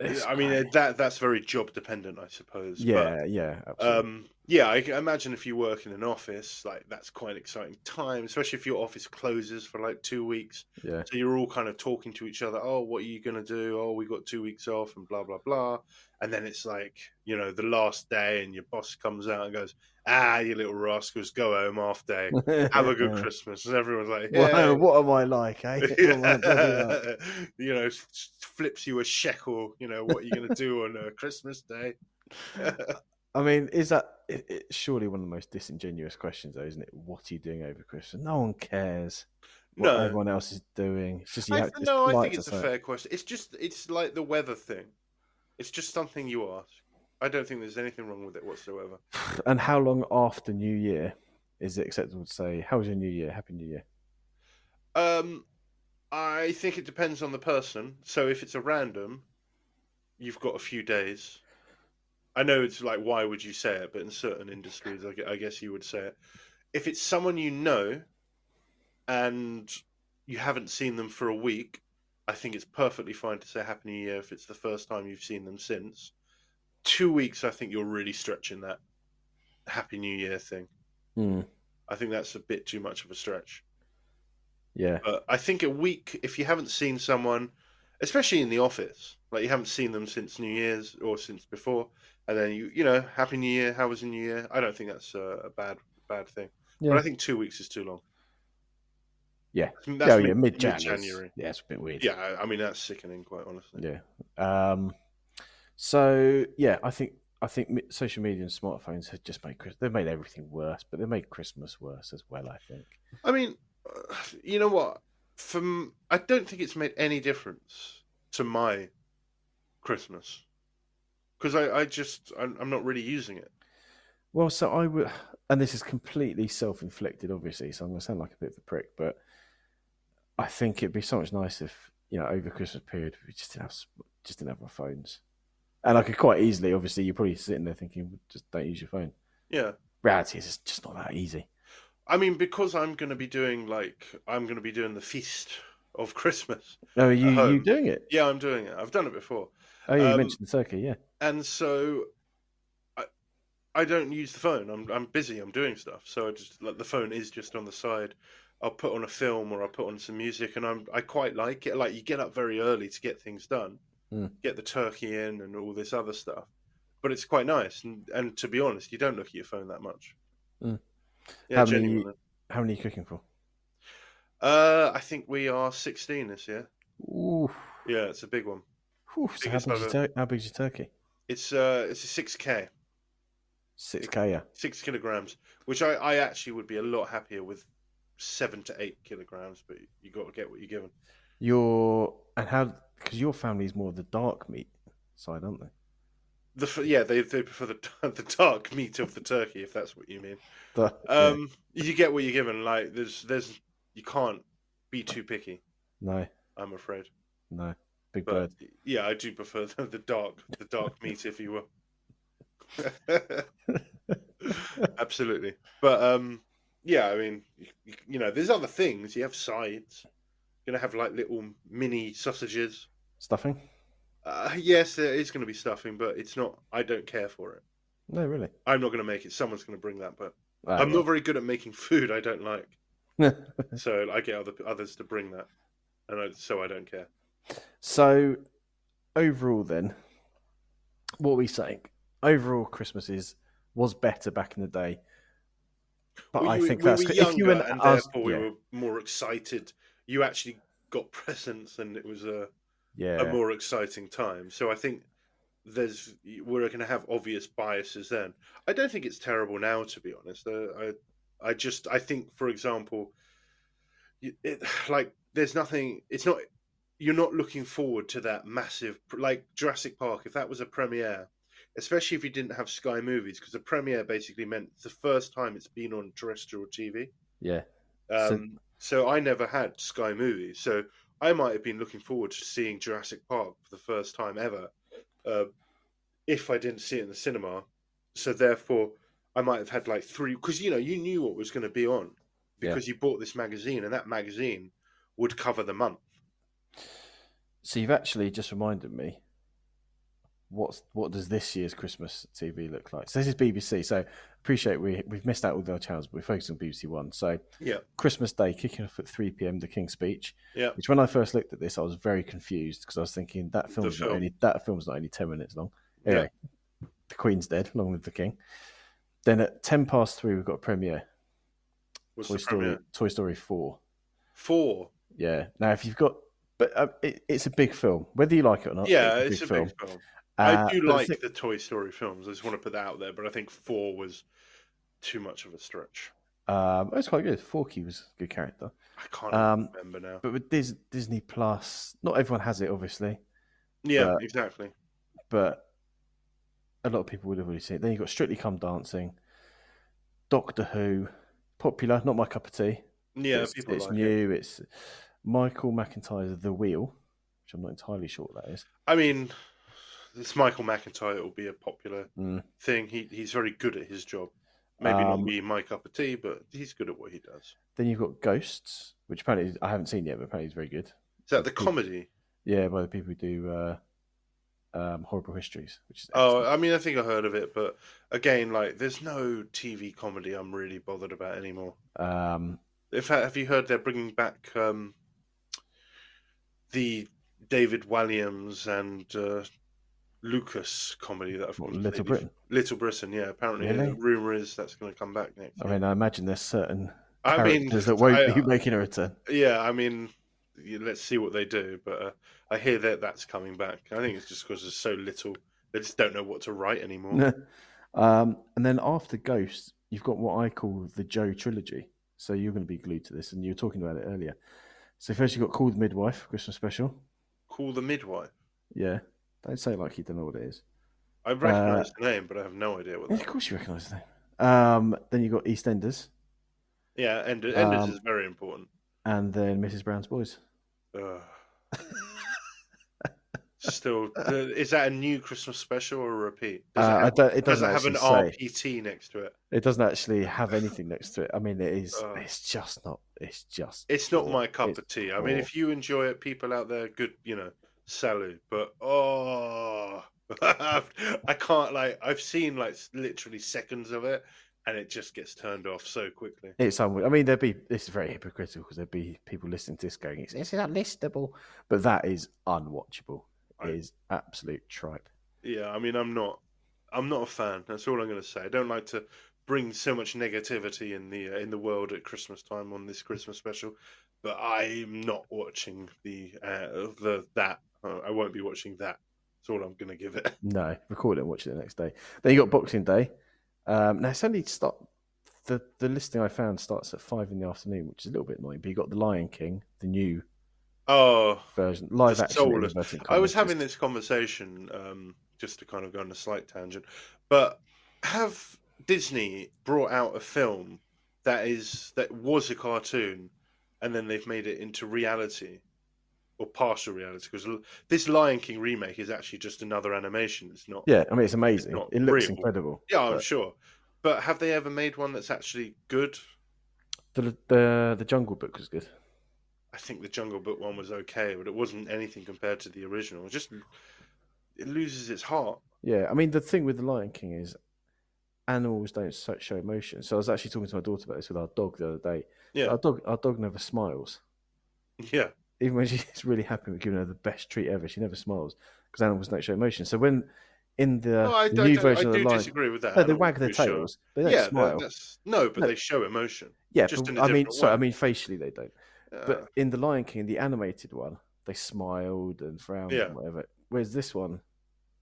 It's I mean great. that that's very job dependent, I suppose. yeah, yeah, But, absolutely. um, yeah, I can imagine if you work in an office, like that's quite an exciting time, especially if your office closes for like two weeks. yeah. So you're all kind of talking to each other. Oh, what are you gonna do? Oh, we got two weeks off, and blah blah blah. And then it's like you know the last day, and your boss comes out and goes, "Ah, you little rascals, go home half day." have a good Christmas. And everyone's like, yeah. Wow, what am Uh-huh. I like, eh? What am I bloody like? you know, s- s- flips you a shekel. You know, what are you going to do on uh, Christmas Day? I mean, is that it, it's surely one of the most disingenuous questions, though, isn't it? What are you doing over Christmas? No one cares what No. everyone else is doing. It's just you I, have- it's no, I polite think to it's a say it. fair question. It's just, it's like the weather thing. It's just something you ask. I don't think there's anything wrong with it whatsoever. And how long after New Year is it acceptable to say, "How was your New Year? Happy New Year"? Um, I think it depends on the person. So if it's a random, you've got a few days. I know it's like, why would you say it? But in certain industries, I gue- I guess you would say it. If it's someone you know and you haven't seen them for a week, I think it's perfectly fine to say Happy New Year if it's the first time you've seen them since. Two weeks, I think you're really stretching that Happy New Year thing. I think that's a bit too much of a stretch. Yeah, But I think a week, if you haven't seen someone, especially in the office, like you haven't seen them since New Year's or since before, and then you, you know, Happy New Year, how was your New Year? I don't think that's a, a bad bad thing. Yeah. But I think two weeks is too long. Yeah. That's oh yeah, mid January. mid-January. Yeah, it's a bit weird. Yeah, I- I mean that's sickening, quite honestly. yeah. Um, so yeah, I think I think mi- social media and smartphones have just made Chris- they've made everything worse, but they made Christmas worse as well. I think. I mean, uh, you know what? From I don't think it's made any difference to my Christmas because I, I just I'm, I'm not really using it. Well, so I would, and this is completely self inflicted, obviously, so I'm going to sound like a bit of a prick, but I think it'd be so much nicer if, you know, over Christmas period, we just didn't have, s- just didn't have our phones. And I could quite easily, obviously, you're probably sitting there thinking, just don't use your phone. Yeah. Reality is, it's just not that easy. I mean, because I'm going to be doing like I'm going to be doing the feast of Christmas. Oh, are you, At you home. doing it? Yeah, I'm doing it. I've done it before, Oh, yeah, you Um, mentioned Turkey, yeah. and so I I don't use the phone. I'm I'm busy. I'm doing stuff, so I just like the phone is just on the side. I'll put on a film or I'll put on some music, and I'm I quite like it. Like you get up very early to get things done, Mm. get the turkey in, and all this other stuff. But it's quite nice, and, and to be honest, you don't look at your phone that much. Mm. Yeah, How many- genuinely. How many are you cooking for? Uh, I think we are 16 this year. Ooh. Yeah, it's a big one. Whew, so how, Biggest big's your ever. tur- how big's your turkey? It's uh, it's a 6k, 6K, yeah. six kilograms, which I, I actually would be a lot happier with seven to eight kilograms, but you got to get what you're given. Your and how because your family's more the dark meat side, aren't they? The f- yeah, they they prefer the the dark meat of the turkey, if that's what you mean. The- Um, you get what you're given. Like there's there's you can't be too picky. no, I'm afraid, no, big but bird. yeah, I do prefer the, the dark the dark meat, if you will. Absolutely. But um, yeah, I mean, you, you know, there's other things. You have sides. You're gonna have like little mini sausages. Stuffing? Uh, yes, there is gonna be stuffing, but it's not. I don't care for it. No, really. I'm not gonna make it. Someone's gonna bring that, but Ah, I'm well. not very good at making food. I don't like, so I get other others to bring that, and I, so I don't care. so overall, then, what are we saying? Overall, Christmases was better back in the day, but We- I we- think we that's were good. if you younger, and, and us, therefore we yeah, were more excited. You actually got presents, and it was a. yeah, a more exciting time. So I think there's we're going to have obvious biases then. I don't think it's terrible now, to be honest. Uh, I I just I think, for example, you- it, like there's nothing. It's not you're not looking forward to that massive like Jurassic Park. If that was a premiere, especially if you didn't have Sky Movies, because a premiere basically meant the first time it's been on terrestrial TV. yeah. So- Um, so, I never had Sky Movies, so I might have been looking forward to seeing Jurassic Park for the first time ever, uh, if I didn't see it in the cinema. So therefore, I might have had like three because you know you knew what was going to be on Yeah. because you bought this magazine, and that magazine would cover the month. So you've actually just reminded me. What's what does this year's Christmas TV look like? So this is BBC. So appreciate we we've missed out all the other channels, but we're focused on BBC One. So Yeah, Christmas Day kicking off at three pm, The King's Speech. Yeah. Which when I first looked at this, I was very confused because I was thinking that film's film. not only that film's not only ten minutes long. Anyway, the Queen's dead, along with the King. Then at ten past three, we've got a premiere. was Toy the Story, premiere Toy Story Four. four? Yeah. Now, if you've got, but uh, it, it's a big film, whether you like it or not. yeah, it's a big film. I Uh, do but the like thing- the Toy Story films. I just want to put that out there, but I think four was too much of a stretch. Um, it was quite good. Forky was a good character. I can't Um, remember now. But with Dis- Disney Plus, not everyone has it, obviously, Yeah, uh, exactly. but a lot of people would have already seen it. Then you've got Strictly Come Dancing, Doctor Who, popular, not my cup of tea. Yeah, it's, people it's like it. new. It's Michael McIntyre's The Wheel, which I'm not entirely sure what that is. I mean, this Michael McIntyre will be a popular Mm. thing. He he's very good at his job. Maybe not Um, be my cup of tea, but he's good at what he does. Then you've got Ghosts, which apparently is- I haven't seen yet, but apparently it's very good. Is that the cool. comedy? Yeah, by the people who do uh, um, Horrible Histories, which is Oh, excellent. I mean, I think I heard of it, but again, like, there's no TV comedy I'm really bothered about anymore. um, In fact, have you heard they're bringing back um, the David Walliams and uh, Lucas comedy that I've what, completely- Little Britain. Little Britain, yeah. Apparently, Really? the rumor is that's going to come back next. I year. mean, I imagine there's certain I mean, characters that won't I- uh, be making a return. Yeah, I mean, y- let's see what they do. But uh, I hear that that's coming back. I think it's just because there's so little. They just don't know what to write anymore. um, and then after Ghosts, you've got what I call the Joe trilogy. So you're going to be glued to this, and you were talking about it earlier. So first, you've got Called Midwife, Christmas special. Call the midwife. Yeah, don't say it like you don't know what it is. I Uh, recognize the name, but I have no idea what Yeah, of that. course, you recognise the name. Um, then you've got EastEnders, Yeah, and Enders Um, is very important. and then Mrs Brown's Boys. Ugh. Still, the- is that a new Christmas special or a repeat? Does Uh, it I have, don't, it does doesn't it have an actually say. RPT next to it? It doesn't actually have anything next to it. I mean, it is. Uh, it's just not. It's just. It's not my cup It's of tea. I mean, poor. if you enjoy it, people out there, good, you know, salute. But oh, I can't like. I've seen like s- literally seconds of it, and it just gets turned off so quickly. It's unreal. I mean, there'd be this is very hypocritical because there'd be people listening to this going, "It's it's not listable," but that is unwatchable. It Right. is absolute tripe. Yeah, I mean, I'm not, I'm not a fan. That's all I'm going to say. I don't like to bring so much negativity in the uh, in the world at Christmas time on this Christmas special, but I'm not watching the uh, the that. Uh, I won't be watching that. That's all I'm going to give it. No, record it and watch it the next day. Then you got Boxing Day. Um, now it's only start the the listing I found starts at five in the afternoon, which is a little bit annoying. But you got the Lion King, the new Oh, version, live Just action. soulless. inverted I was commas, having just- this conversation um, just to kind of go on a slight tangent, but have Disney brought out a film that is that was a cartoon, and then they've made it into reality or partial reality? Because this Lion King remake is actually just another animation. It's not. Yeah, I mean it's amazing. not it looks real. incredible. Yeah, I'm but- sure. But have they ever made one that's actually good? The, the the Jungle Book was good. I think the Jungle Book one was okay, but it wasn't anything compared to the original. It just it loses its heart. Yeah, I mean the thing with the Lion King is animals don't so- show emotion. So I was actually talking to my daughter about this with our dog the other day. Yeah. our dog our dog never smiles. Yeah. Even when she's really happy, we're giving her the best treat ever. She never smiles because animals don't show emotion. So when in the, No, Oh, I, the I new don't- version I of the do Lion, disagree with that. no, at they all, wag to their be sure. tails. They don't Yeah, that- smile. that's no, but No. they show emotion. yeah, just but- in a I mean, different sorry, I way. mean facially they don't. Uh, But in the Lion King, the animated one, they smiled and frowned Yeah. and whatever. Whereas this one,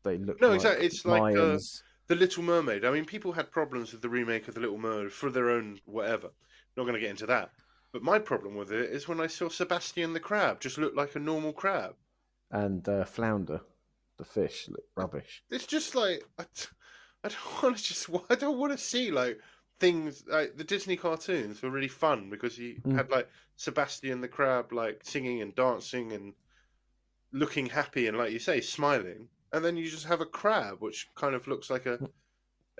they look No, like exactly, it's like, uh, lions. the Little Mermaid. I mean, people had problems with the remake of the Little Mermaid for their own whatever. Not going to get into that. But my problem with it is when I saw Sebastian the crab just look like a normal crab. and uh, flounder, the fish, look rubbish. It's just like I, t- I don't want to just wa- I don't want to see like things like the Disney cartoons were really fun because you Mm. had like Sebastian the crab like singing and dancing and looking happy and like you say smiling and then you just have a crab which kind of looks like a Mm.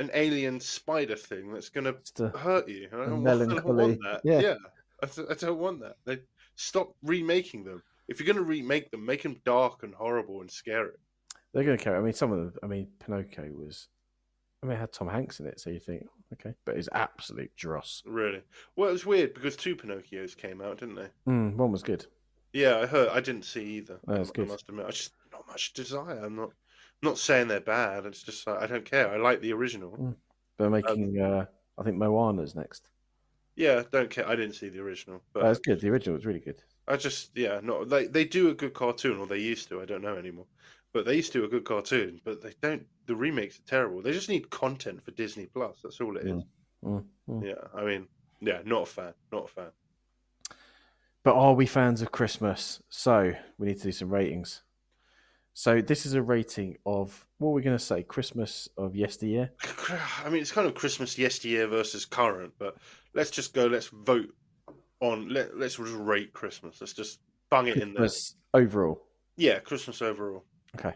an alien spider thing that's going to It's the- hurt you. I don't, want, I don't melancholy- want that. yeah. I, d- I don't want that. They stop remaking them. If you're going to remake them, make them dark and horrible and scary. they're going to carry. I mean, some of them. I mean, Pinocchio was. I mean, it had Tom Hanks in it, so you think okay, but it's absolute dross. Really? Well, it was weird because two Pinocchios came out, didn't they? Mm, one was good. Yeah, I heard. I didn't see either. Oh, that's I, good. must admit, I just not much desire. I'm not not saying they're bad. It's just like, I don't care. I like the original. Mm. They're making. uh, I think Moana's next. Yeah, don't care. I didn't see the original, but That's good. The original was really good. I just yeah, not they they do a good cartoon, or they used to. I don't know anymore, but they used to do a good cartoon. But they don't. The remakes are terrible. They just need content for Disney Plus. That's all it is. Mm, mm. Yeah, I mean, yeah, not a fan. Not a fan. But are we fans of Christmas? So we need to do some ratings. So this is a rating of what we're going to say Christmas of yesteryear. I mean, it's kind of Christmas yesteryear versus current, but let's just go. Let's vote on. Let, let's just rate Christmas. Let's just bung it in there. Christmas overall. Yeah, Christmas overall. Okay.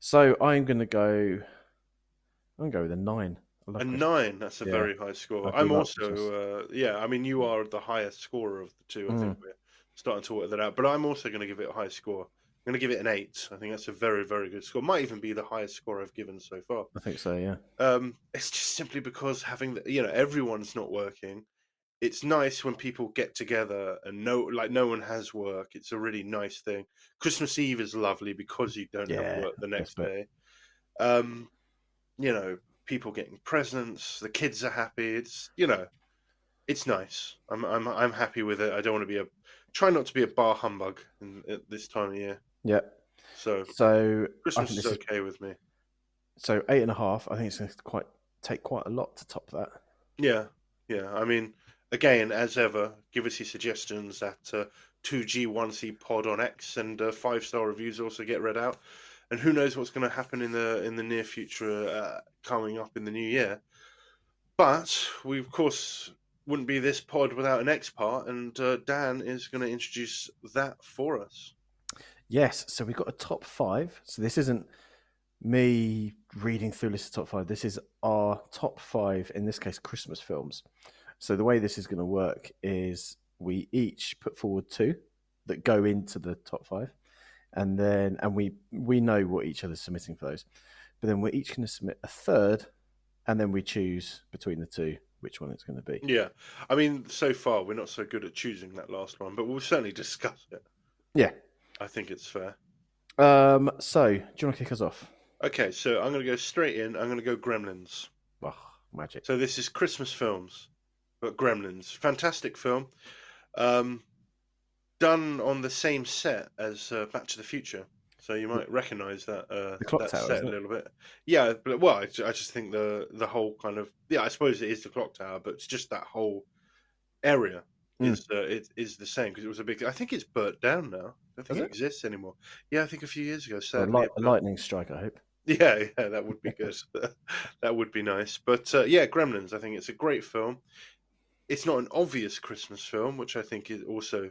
So I'm going to go. I'm going to go with a nine. I love A Christmas. nine. That's a Yeah, very high score. I do I'm like also. Uh, yeah, I mean, you are the highest scorer of the two. I Mm. think we're starting to work that out. But I'm also going to give it a high score. I'm going to give it an eight. I think that's a very, very good score. Might even be the highest score I've given so far. I think so. Yeah. Um, it's just simply because having the, you know everyone's not working. It's nice when people get together and no like no one has work. It's a really nice thing. Christmas Eve is lovely because you don't Yeah, have work the next best day. Um, you know, people getting presents. The kids are happy. It's you know, it's nice. I'm I'm I'm happy with it. I don't want to be a try not to be a bar humbug in, at this time of year. Yeah. So So I Christmas think is this is, okay with me. so eight and a half. I think it's going to quite take quite a lot to top that. Yeah, yeah. I mean, again, as ever, give us your suggestions at uh, 2G1C Pod on X, and uh, five star reviews also get read out. And who knows what's going to happen in the in the near future, uh, coming up in the new year. But we, of course, wouldn't be this pod without an X part, and uh, Dan is going to introduce that for us. Yes. So we've got a top five. So this isn't me reading through a list of top five. This is our top five, in this case, Christmas films. So the way this is going to work is we each put forward two that go into the top five, and then and we we know what each other's submitting for those, but then we're each going to submit a third and then we choose between the two which one it's going to be. Yeah. I mean, so far we're not so good at choosing that last one, but we'll certainly discuss it. Yeah. I think it's fair. Um, so, do you want to kick us off? Okay, so I'm going to go straight in. I'm going to go Gremlins. Oh, magic. So this is Christmas films, but Gremlins. Fantastic film. Um, done on the same set as uh, Back to the Future. So you might recognise that uh, The Clock that Tower, set isn't a it? little bit. Yeah, but well, I, ju- I just think the the whole kind of yeah, I suppose it is the clock tower, but it's just that whole area Mm. is uh, it is the same because it was a big. I think it's burnt down now. I don't think Is it, it? exists anymore. Yeah, I think a few years ago. A, Sadly, light, it a burnt lightning strike, I hope. yeah, yeah, that would be good. that would be nice. But uh, yeah, Gremlins. I think it's a great film. It's not an obvious Christmas film, which I think it also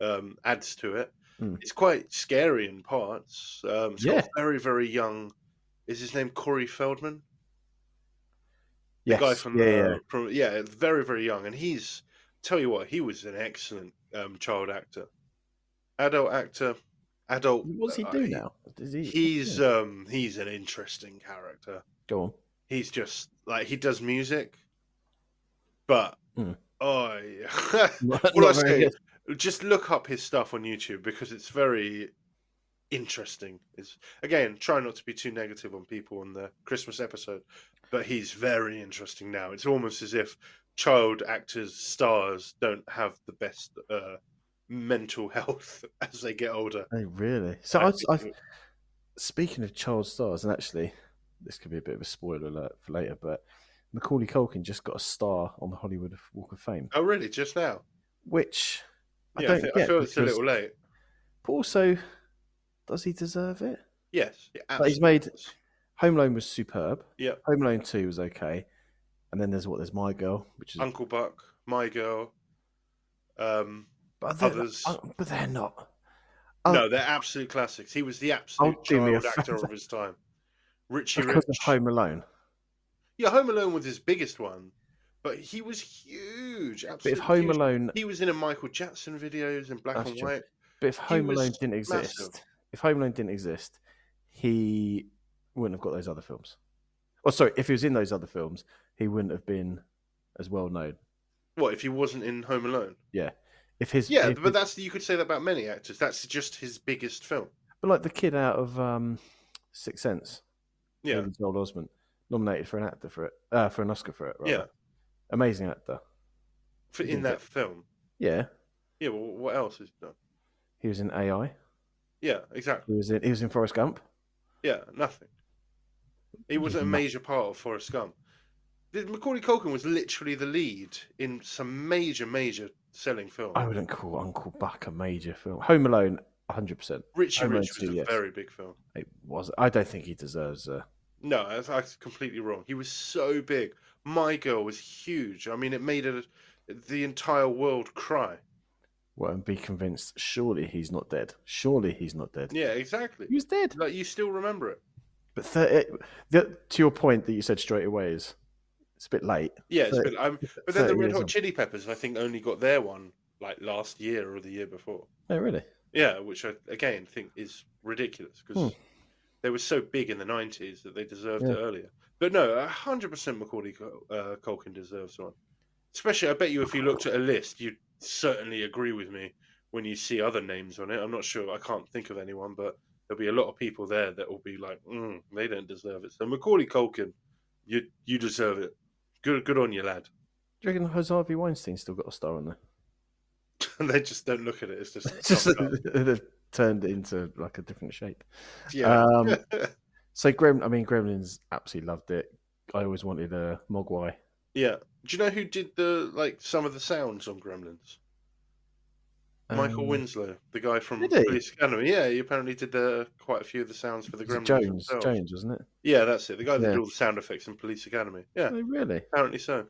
um, adds to it. Hmm. It's quite scary in parts. Um, it's Yeah. got very, very young. Is his name Corey Feldman? Yes. The guy from yeah, uh, yeah. from yeah, very, very young, and he's tell you what, he was an excellent um, child actor, adult actor, adult. What's he uh, do now? Does he, He's yeah. um, he's an interesting character. go on. he's just like he does music, but Hmm. oh, yeah. Not- All I not very say good. is just look up his stuff on YouTube because it's very interesting. It's again, try not to be too negative on people on the Christmas episode, but he's very interesting now. It's almost as if child actors stars don't have the best uh, mental health as they get older. Oh, really? So, I I, think I, it- speaking of child stars, and actually, this could be a bit of a spoiler alert for later, but Macaulay Culkin just got a star on the Hollywood Walk of Fame, oh, really? Just now? which I Yeah, I, don't think, get I feel it's a because- little late. But also, does he deserve it? Yes, yeah, But he's made- absolutely. Home Loan was superb. Yeah. Home Loan Two was okay, and then there's what there's My Girl, which is Uncle Buck, My Girl. Um, but they're, others- uh, but they're not. Oh. no, they're absolute classics. He was the absolute Oh, do me a child actor of his time. Richie because Rich. of Home Alone. Yeah, Home Alone was his biggest one, but he was huge. But if absolutely Home huge. Alone, He was in a Michael Jackson videos in black That's and true. white. but if Home was Alone didn't exist, massive. if Home Alone didn't exist, he wouldn't have got those other films. Oh, sorry, if he was in those other films, he wouldn't have been as well known. What if he wasn't in Home Alone? If his Yeah, if his- but that's you could say that about many actors. That's just his biggest film. but like the kid out of um, Sixth Sense, Yeah, David Joel Osment, nominated for an actor for it, uh, for an Oscar for it. Rather. Yeah. amazing actor. for, Yeah. in that film. Yeah, Yeah, well, what else is done? he was in AI. Yeah, exactly. He was in he was in Forrest Gump. Yeah, nothing. He was a Nothing. major part of Forrest Gump. The- Macaulay Culkin was literally the lead in some major, major selling film. I wouldn't call Uncle Buck a major film. Home Alone, hundred percent. Richie Home Alone Rich was too, a yes. very big film. It was. I don't think he deserves. A, No, that's, that's completely wrong. He was so big. My Girl was huge. I mean, it made it, the entire world cry. well, and be convinced. Surely he's not dead. Surely he's not dead. Yeah, exactly. He was dead. Like you still remember it. But thir- it, the, to your point that you said straight away is it's a bit late. Yeah, it's Thir- been, um, but then the 30 Red years Hot on. Chili Peppers, I think, only got their one like last year or the year before. No, Oh, really. Yeah, which I again think is ridiculous because they were so big in the '90s that they deserved Hmm. Yeah. it earlier. But no, hundred percent Macaulay Cul- uh, Culkin deserves one. Especially, I bet you if you looked at a list, you'd certainly agree with me when you see other names on it. I'm not sure; I can't think of anyone, but there'll be a lot of people there that will be like, mm, "They don't deserve it." So Macaulay Culkin, you you deserve it. Good, good on you, lad. Do you reckon Harvey Weinstein still got a star on there? they just don't look at it. It's just, Just covered up. they've turned it into like a different shape. yeah. Um, so Grem, I mean Gremlins, absolutely loved it. I always wanted a Mogwai. Yeah. Do you know who did the like some of the sounds on Gremlins? Michael Um, Winslow, the guy from Did he? Police Academy. Yeah, he apparently did the quite a few of the sounds for the was it Gremlins. Jones, themselves. Jones, wasn't it? Yeah, that's it. The guy that Yeah. did all the sound effects in Police Academy. Yeah, Oh, really? apparently so.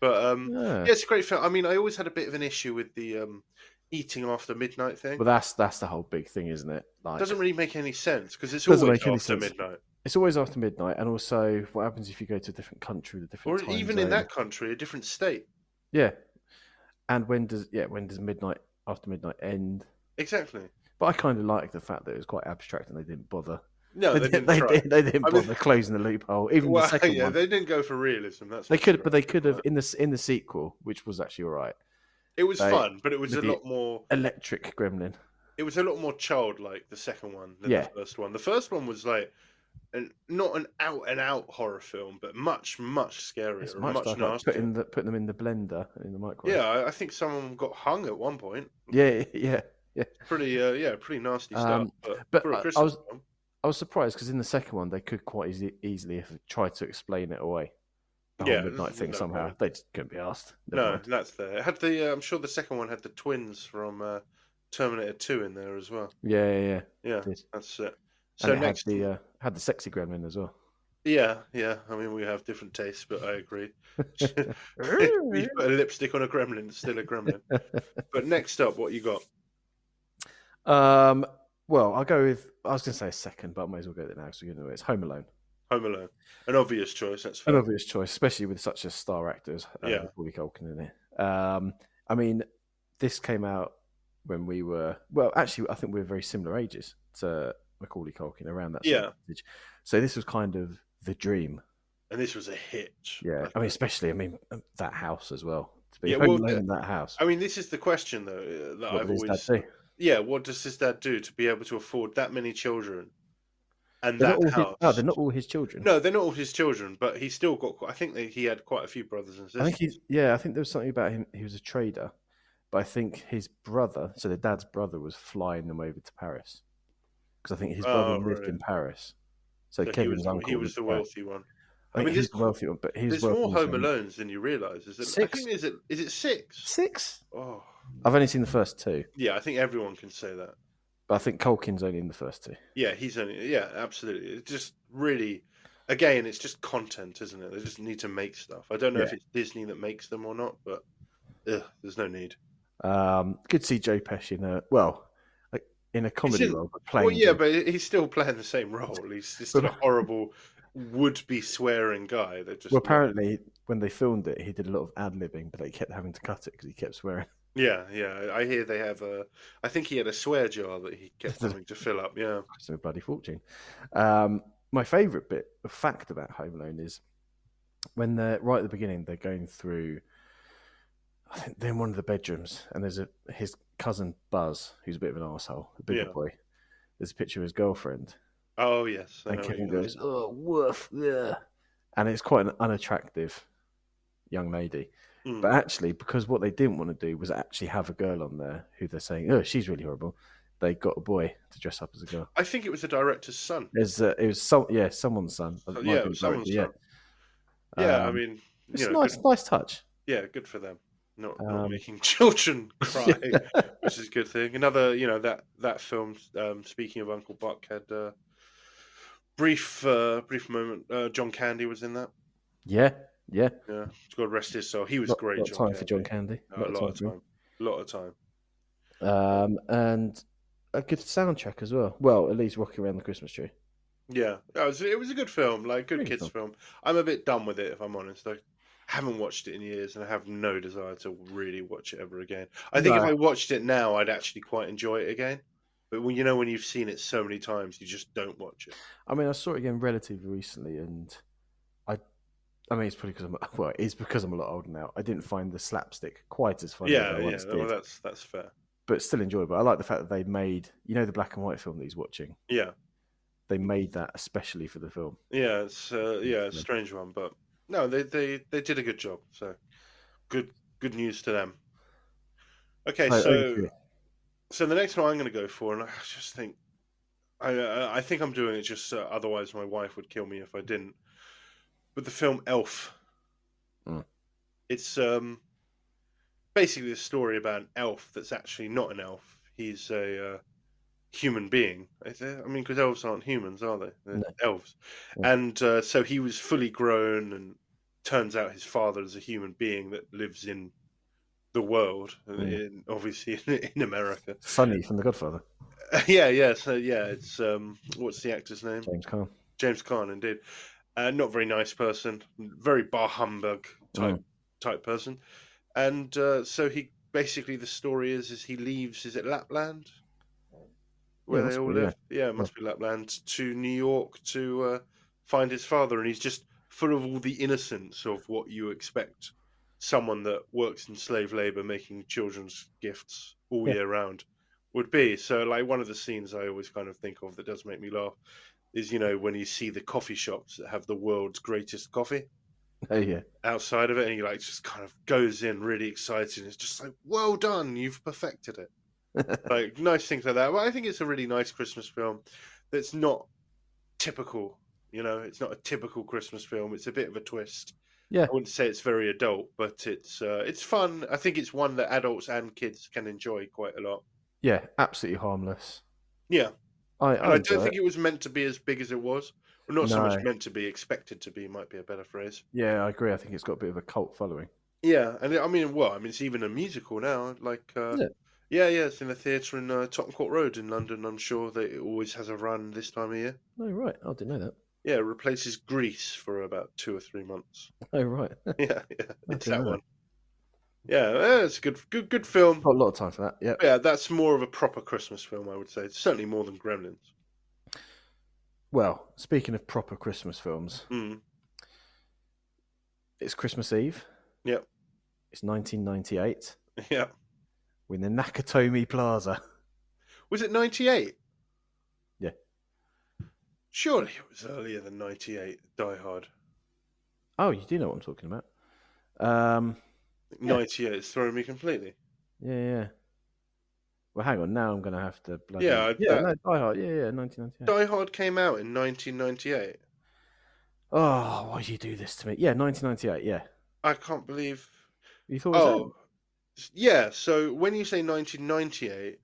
But um, Yeah. yeah, it's a great film. I mean, I always had a bit of an issue with the um, eating after midnight thing. Well, that's that's the whole big thing, isn't it? Like, doesn't really make any sense because it's always Doesn't after make any sense. midnight, it's always after midnight, and also what happens if you go to a different country with a or different time even zone? in that country, a different state. Yeah. And when does yeah when does midnight after midnight end? Exactly. But I kind of like the fact that it was quite abstract and they didn't bother No, Oh, they didn't. they, try. did, they didn't I mean- bother closing the loophole. Even Well, the second yeah, one, they, they didn't go for realism. That's for could, sure. but they could have in the s- in the sequel, which was actually all right. It was they- fun, but it was a maybe- lot more. Electric Gremlin. It was a lot more childlike the second one than Yeah. the first one. The first one was like, an, not an out and out horror film, but much much scarier, It's and much, much, like nastier. putting the, putting them in the blender in the microwave. yeah, I, I think someone got hung at one point. yeah, yeah. Pretty, uh, yeah, pretty nasty Um, stuff. But, but for I- I a Christmas was- film, I was surprised because in the second one they could quite easy, easily have tried to explain it away. The whole Yeah, midnight thing no somehow point. they just couldn't be asked. Never no, mind. that's there. It had the. Uh, I'm sure the second one had the twins from uh, Terminator Two in there as well. yeah, yeah, yeah. Yeah, It did. that's it. And So it next, had the uh, had the sexy gremlin as well. yeah, yeah. I mean, we have different tastes, but I agree. you put a lipstick on a gremlin, it's still a gremlin. but next up, what you got? um, well, I'll go with. I was going to say a second, but I might as well go there now because we know it's Home Alone. Home Alone. An obvious choice. That's An fair. obvious choice, especially with such a star actor as uh, Yeah. Macaulay Culkin in it. Um, I mean, this came out when we were well. Actually, I think we were very similar ages to Macaulay Culkin around that. sort of Yeah. age. So this was kind of the dream. And this was a hit. Yeah. Like, I mean, especially I mean um, that house as well. To be Yeah, Home well, Alone the- in that house. I mean, this is the question though uh, that What I've does that always. do? Yeah, what does his dad do to be able to afford that many children and They're not that all his- house? oh, they're not all his children. No, they're not all his children, but he still got. Quite, I think that he had quite a few brothers and sisters. I think he's yeah. I think there was something about him. He was a trader, but I think his brother, so the dad's brother, was flying them over to Paris because I think his brother Oh, lived right. in Paris. So So he Kevin's was, uncle. he was the there. wealthy one. I I mean, mean, he's there's- the wealthy one, but he's There's wealthy more was Home in Alones than you realise. Is it? I Six. think is it is it six? Six. Oh, I've only seen the first two, yeah. I think everyone can say that. but I think Colkin's only in the first two. Yeah, he's only yeah, absolutely. It's just really again, it's just content, isn't it? They just need to make stuff. I don't know if it's Disney that makes them or not, but ugh, there's no need. Um, good to see Joe Pesci in a well, like, in a comedy in- role, but playing. well, yeah, the- but he's still playing the same role. He's just But- a horrible would-be swearing guy that just well, apparently when they filmed it, he did a lot of ad libbing, but they kept having to cut it because he kept swearing. Yeah, yeah. I hear they have a I think he had a swear jar that he kept having to fill up. Yeah. cost him a bloody fortune. Um, my favourite bit of fact about Home Alone is when they're right at the beginning, they're going through. I think they're in one of the bedrooms, and there's a his cousin Buzz, who's a bit of an asshole, a bigger Yeah. boy. There's a picture of his girlfriend, Oh yes. I and know what Kevin you mean. goes, "Oh, woof!" yeah." And it's quite an unattractive young lady. Mm. But actually, because what they didn't want to do was actually have a girl on there who they're saying, "Oh, she's really horrible," they got a boy to dress up as a girl. I think it was the director's son. Is uh, it was some yeah someone's son. It So, might Uh, yeah, be it was someone's directly, son. Yeah, I Um, mean, it's you a know, nice, nice touch. yeah, good for them. Not, not Um, making children cry, which is a good thing. Another, you know, that that film. Um, speaking of Uncle Buck, had uh, brief uh, brief moment. Uh, John Candy was in that. Yeah, yeah. Yeah, God rest his soul. He was Not, great. not time for John Candy. Candy. No, a Not lot of for him. time. A lot of time. Um, and a good soundtrack as well. Well, at least Rocky Around the Christmas Tree. Yeah, that was, it was a good film, like good Great kids film. film. I'm a bit done with it, if I'm honest. I haven't watched it in years, and I have no desire to really watch it ever again. I think if No. I watched it now, I'd actually quite enjoy it again. But when you know when you've seen it so many times, you just don't watch it. I mean, I saw it again relatively recently, and I, I mean, it's probably because I'm well, it's because I'm a lot older now. I didn't find the slapstick quite as funny. as yeah, I yeah, once well, did, that's that's fair. but still enjoyable. I like the fact that they made you know the black and white film that he's watching. Yeah, They made that especially for the film. yeah, it's uh, yeah, it's a Yeah. strange one, but no, they they they did a good job. So good good news to them. Okay, Oh, so. okay. So the next one I'm going to go for, and I just think, I I I think I'm doing it just so otherwise my wife would kill me if I didn't. But the film Elf, Mm. it's um basically a story about an elf that's actually not an elf. He's a uh, human being. Is it- I mean, because elves aren't humans, are they? They're No. elves. Yeah. And uh, so he was fully grown, and turns out his father is a human being that lives in the world, and Mm. in, obviously in, in America. Sonny from The Godfather, yeah, yeah. So yeah, it's um, what's the actor's name? James Caan. James Caan, indeed. Uh, not very nice person, very bar humbug type type person, and uh, so he basically the story is is he leaves is it Lapland where Yeah, they that's all cool, yeah. live. Yeah, it must be Lapland to New York to uh, find his father, and he's just full of all the innocence of what you expect someone that works in slave labor making children's gifts all Yeah. year round would be. So, like one of the scenes I always kind of think of that does make me laugh is you know when you see the coffee shops that have the world's greatest coffee Oh, yeah. outside of it, and he like just kind of goes in really excited. It's just like, well done, you've perfected it. like nice things like that. Well, I think it's a really nice Christmas film. That's not typical. You know, it's not a typical Christmas film. It's a bit of a twist. Yeah. I wouldn't say it's very adult, but it's uh, it's fun. I think it's one that adults and kids can enjoy quite a lot. Yeah, absolutely harmless. Yeah, I, and I, I, enjoy don't think it. it was meant to be as big as it was. Well, not so much No. meant to be, expected to be might be a better phrase. Yeah, I agree. I think it's got a bit of a cult following. Yeah, and it- I mean, well, I mean, it's even a musical now. Like, uh, Is it? yeah, yeah, it's in a theatre in uh, Tottenham Court Road in London. I'm sure that it always has a run this time of year. Oh, right. I didn't know that. Yeah, it replaces Greece for about two or three months. Oh, right. Got Yeah, yeah, it's didn't that know. one. Yeah, eh, it's a good, good, good film. a lot of time for that. Yeah. Yeah, that's more of a proper Christmas film, I would say. It's certainly more than Gremlins. Well, speaking of proper Christmas films, Mm. it's Christmas Eve. Yep. It's 1998. Yeah, We're in the Nakatomi Plaza. was it '98? Yeah. Surely it was earlier than '98. Die Hard. Oh, you do know what I'm talking about. Um, Yeah. '98 it's thrown me completely. yeah, yeah. Well, hang on. Now I'm going to have to. Bloody... Yeah, I- yeah, that- no, Die Hard. Yeah, yeah, 1998. Die Hard came out in 1998. Oh, why do you do this to me? Yeah, 1998. Yeah. I can't believe. You thought it was Oh, yeah. So when you say 1998,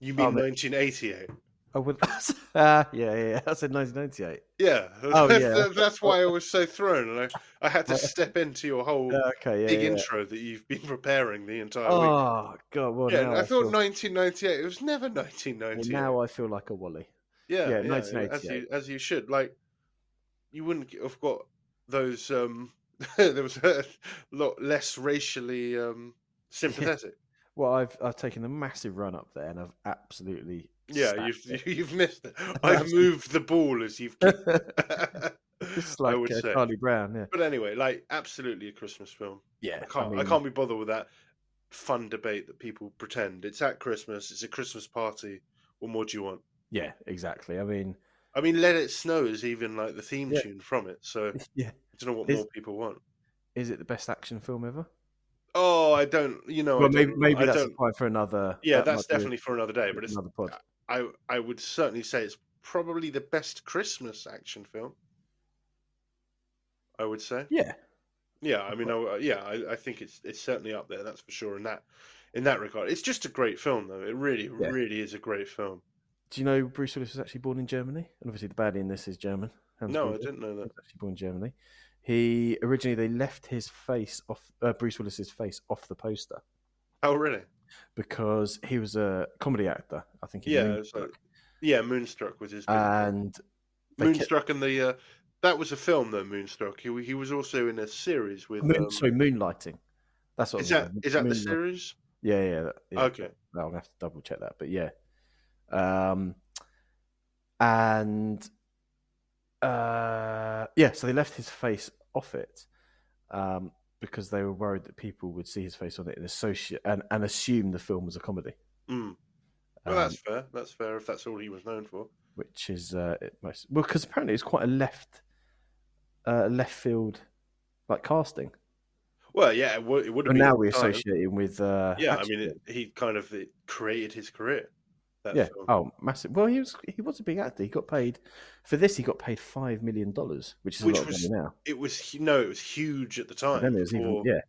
you mean Oh, but- 1988. Oh, well, Ah, yeah, yeah, yeah. I said 1998. Yeah. Oh, that's, yeah. that's why I was so thrown. And I, I had to step into your whole Yeah, Uh, okay, yeah. big yeah, yeah. intro that you've been preparing the entire week. Oh, God. Well, Yeah, now I thought feel- 1998. It was never well, 1998. now I feel like a Wally. yeah, yeah, As you, 1988. as you should. Like, you wouldn't g- have got those. um There was a lot less racially um sympathetic. Well, I've I've taken a massive run up there, and I've absolutely Yeah, stacked you've it. you've missed it. I've moved the ball as you've. kicked it. It's I like would uh, say. Charlie Brown, yeah, But anyway, like absolutely a Christmas film. yeah. I can't I, mean, can't be bothered with that fun debate that people pretend it's at Christmas. It's a Christmas party. What more do you want? Yeah, exactly. I mean, I mean, Let It Snow is even like the theme Yeah. tune from it. So I yeah. don't know what Is- more people want. Is it the best action film ever? Oh, I don't. You know, I well, maybe, don't- I maybe that's a don't. point for another. Yeah, that that's might be definitely for another day. But it's another pod. I I would certainly say it's probably the best Christmas action film. I would say. Yeah, Yeah, I mean, I, yeah, I, I think it's it's certainly up there. That's for sure. In that in that regard, it's just a great film, though. It really, Yeah. really is a great film. do you know Bruce Willis was actually born in Germany? And obviously, the baddie in this is German. Hans No, I Gruber. didn't know He that. was actually born in Germany. He originally they left his face off uh, Bruce Willis's face off the poster Oh, really? because he was a comedy actor. I think. in Yeah, Moonstruck. it's like- yeah. Moonstruck was his. big film. and they kept- Moonstruck and the uh, that was a film though. Moonstruck. He he was also in a series with. Moon, um, sorry, moonlighting. That's what is I was that thinking. is that the Moonlight- series? Yeah, yeah. that- yeah. Okay. I'll have to double check that, but yeah. Um, and uh, yeah, so they left his face off it um, because they were worried that people would see his face on it and associate and, and assume the film was a comedy, Mm. Well, um, that's fair. That's fair. If that's all he was known for. which is uh, it most well because apparently it's quite a left uh, left field like casting. Well, yeah, it would, it would have But been. at now the we time. associate him with uh, Yeah, I action mean, it, he kind of it created his career. That yeah. film. Oh, massive. Well, he was he was a big actor. He got paid for this. He got paid five million dollars, which is Which a lot was of money now. It was hu- no, it was huge at the But time. Then it was even for- yeah, it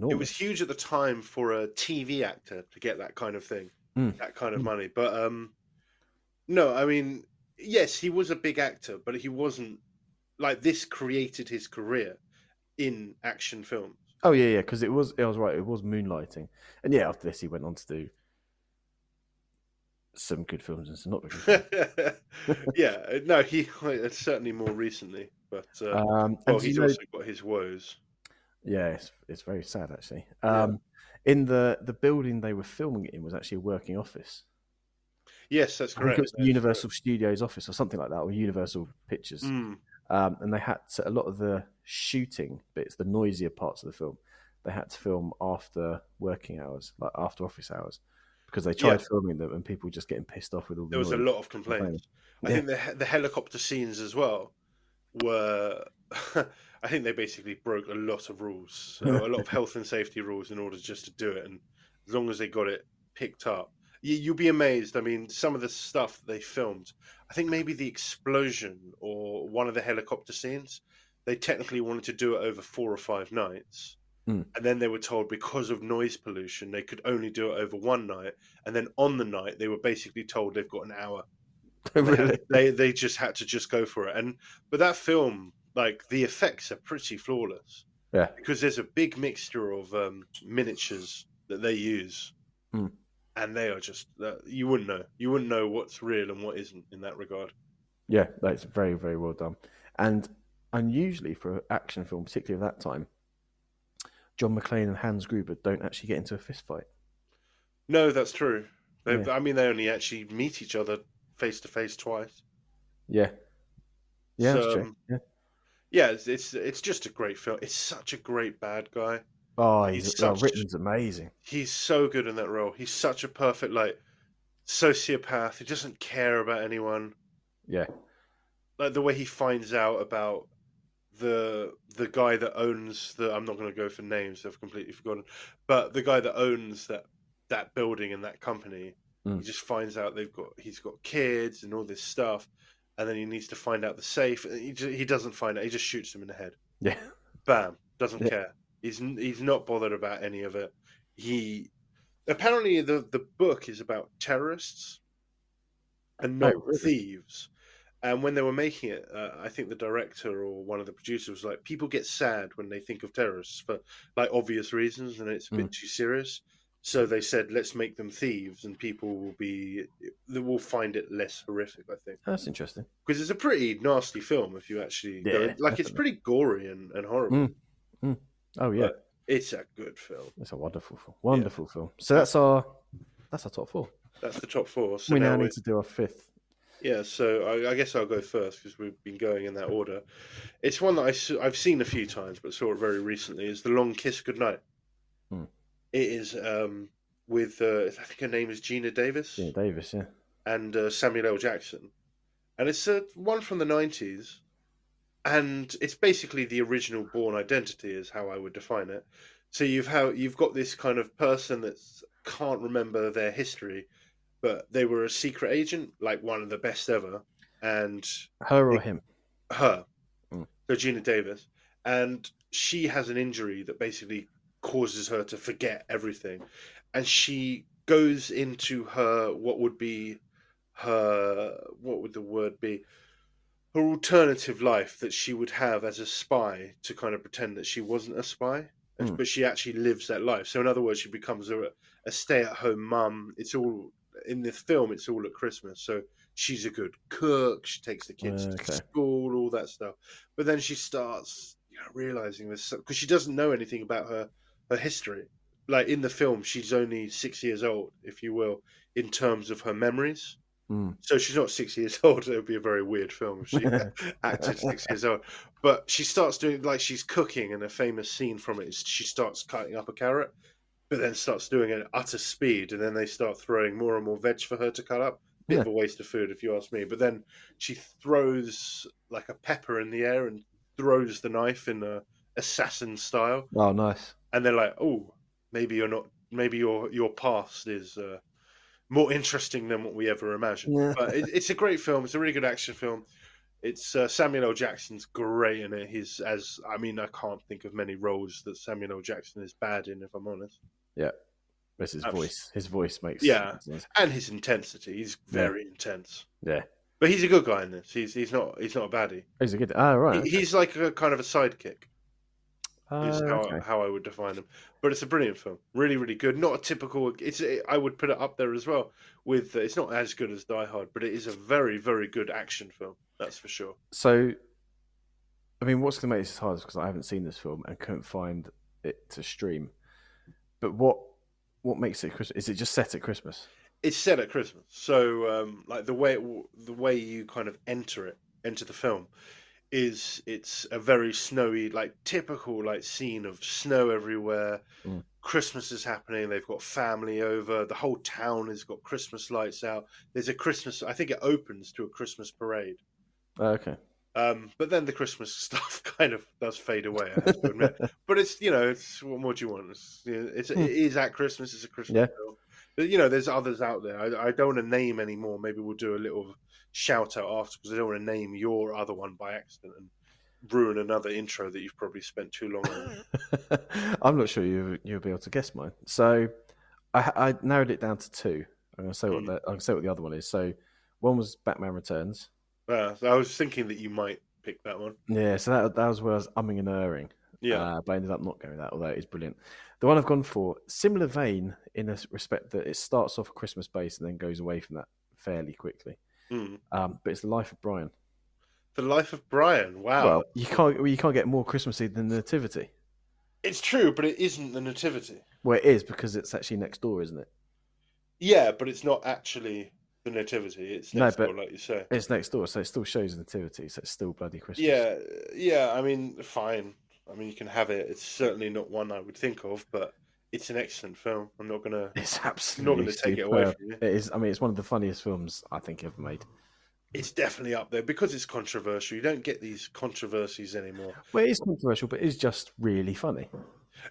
was enormous. huge at the time for a TV actor to get that kind of thing, Mm. that kind of Mm. money. But um, no, I mean, yes, he was a big actor, but he wasn't like this. Created his career in action films. oh yeah, yeah. Because it was I was right. It was moonlighting, and yeah. After this, he went on to do some good films and some not good. films. yeah, no, he certainly more recently, but uh, Um, well, and do you he's know- also got his woes. yeah, it's, it's very sad actually. Yeah. Um, In the the building they were filming it in was actually a working office. Yes, that's I think correct. it was the That's Universal Studios office or something like that, or Universal Pictures. correct. Mm. Um, and they had to, a lot of the shooting bits, the noisier parts of the film, they had to film after working hours, like after office hours, because they tried Yeah. filming them and people were just getting pissed off with all the There was a noise. lot of complaints. I think the he- the helicopter scenes as well were. I think they basically broke a lot of rules, so a lot of health and safety rules, in order just to do it. And as long as they got it picked up, you, you'll be amazed. I mean, some of the stuff they filmed. I think maybe the explosion or one of the helicopter scenes. They technically wanted to do it over four or five nights. Mm. And then they were told because of noise pollution, they could only do it over one night. And then on the night, they were basically told they've got an hour they, really? they they just had to just go for it. And but that film, like the effects are pretty flawless. Yeah. Because there's a big mixture of um, miniatures that they use, Hmm. and they are just uh, you wouldn't know you wouldn't know what's real and what isn't in that regard. Yeah, that's very, very well done. And unusually for an action film, particularly of that time, John McClane and Hans Gruber don't actually get into a fist fight. No, that's true. They, I mean, they only actually meet each other face to face twice. Yeah. Yeah, that's So, true. um, Yeah. Yeah, it's, it's it's just a great film. It's such a great bad guy. Oh, he's he's, oh, such- Ritten's amazing. he's so good in that role. He's such a perfect like sociopath. He doesn't care about anyone. Yeah. Like the way he finds out about the the guy that owns the I'm not going to go for names. I've completely forgotten. But the guy that owns that that building and that company, Mm. he just finds out they've got he's got kids and all this stuff. And then he needs to find out the safe. and He, ju- he doesn't find it. He just shoots him in the head Yeah. bam doesn't Yeah. care he's n- he's not bothered about any of it he apparently the the book is about terrorists and Oh, not really? thieves and when they were making it uh, i think the director or one of the producers was like people get sad when they think of terrorists for like obvious reasons and it's a Mm. bit too serious so they said let's make them thieves and people will be they will find it less horrific i think That's interesting. because it's a pretty nasty film if you actually go- Yeah, like it's definitely. pretty gory and, and horrible Mm. Oh yeah, But- it's a good film it's a wonderful film. Wonderful film. So that's our that's our top four. that's the top four so we now now we- need to do our fifth. yeah so I, I guess i'll go first because we've been going in that order it's one that I, have seen a few times but saw it very recently is the long kiss goodnight Hmm. it is um with uh, i think her name is gina davis Yeah, Davis. Yeah, and uh, Samuel L. Jackson, and it's a one from the nineties, and it's basically the original Born Identity is how I would define it. So you've how you've got this kind of person that can't remember their history, but they were a secret agent, like one of the best ever, and her or him. her, Mm. so Gina Davis, and she has an injury that basically causes her to forget everything, and she goes into her what would be her what would the word be her alternative life that she would have as a spy to kind of pretend that she wasn't a spy and- Mm. but she actually lives that life so in other words she becomes a, a stay-at-home mum it's all in this film it's all at christmas so she's a good cook she takes the kids to Okay. school all that stuff but then she starts you know, realizing this because she doesn't know anything about her her history like in the film she's only six years old if you will in terms of her memories Mm. so she's not six years old. It would be a very weird film if she acted six years old. But she starts doing like she's cooking, and a famous scene from it is she starts cutting up a carrot, but then starts doing it at utter speed, and then they start throwing more and more veg for her to cut up. Bit of a waste of food, if you ask me. But then she throws like a pepper in the air and throws the knife in a assassin style, Oh, nice. and they're like, "Oh, maybe you're not. Maybe your your past is." Uh, more interesting than what we ever imagined Yeah. but it, it's a great film. It's a really good action film. It's uh, Samuel L. Jackson's great in it. He's as I mean, I can't think of many roles that Samuel L. Jackson is bad in, if I'm honest. That's his Abs- voice. His voice makes. Yeah. makes- And his intensity, he's Yeah. very intense. Yeah. But he's a good guy in this. He's he's not he's not a baddie. He's a good. Ah, right. He, he's like a kind of a sidekick. Ah, Is how, okay. how I would define him. But it's a brilliant film. Really, really good. Not a typical. It's I would put it up there as well. With it's not as good as Die Hard, but it is a very very good action film. That's for sure. So, I mean, what's going to make this hard is because I haven't seen this film and couldn't find it to stream. But what what makes it Christmas? Is it just set at Christmas? it's set at Christmas, so um, like the way it, w- the way you kind of enter it, enter the film, is it's a very snowy, like typical like scene of snow everywhere. Mm. Christmas is happening. They've got family over. The whole town has got Christmas lights out. There's a Christmas. I think it opens to a Christmas parade. Ah, Okay. Um, but then the Christmas stuff kind of does fade away. I have to admit. but it's you know, it's what more do you want? It's, you know, it's Hmm. it is at Christmas. It's a Christmas. Yeah. film. But, you know, there's others out there. I, I don't want to name any more. Maybe we'll do a little shout out after because I don't want to name your other one by accident and ruin another intro that you've probably spent too long on. I'm not sure you you'll be able to guess mine. So I, I narrowed it down to two. I'm gonna say what Mm. the, I'm gonna say what the other one is. So one was Batman Returns. uh, so I was thinking that you might pick that one. Yeah, so that that was where I was umming and erring. Yeah. Uh, but I ended up not going with that, although it is brilliant. The one I've gone for, similar vein in a respect that it starts off Christmas based and then goes away from that fairly quickly. Hmm. Um, but it's the life of Brian. The Life of Brian. Wow. Well, you can't well, you can't get more Christmassy than the Nativity. it's true, but it isn't the Nativity. Well, it is because it's actually next door, isn't it? Yeah, but it's not actually the Nativity. It's No, next but- door, like you say. It's next door, so it still shows the Nativity, so it's still bloody Christmas. Yeah, yeah. I mean, fine. I mean, you can have it. It's certainly not one I would think of, but it's an excellent film. I'm not gonna, it's I'm not absolutely gonna take it away superb. from you. It is. I mean, it's one of the funniest films I think ever made. It's definitely up there because it's controversial. You don't get these controversies anymore. Well, it is controversial, but it's just really funny,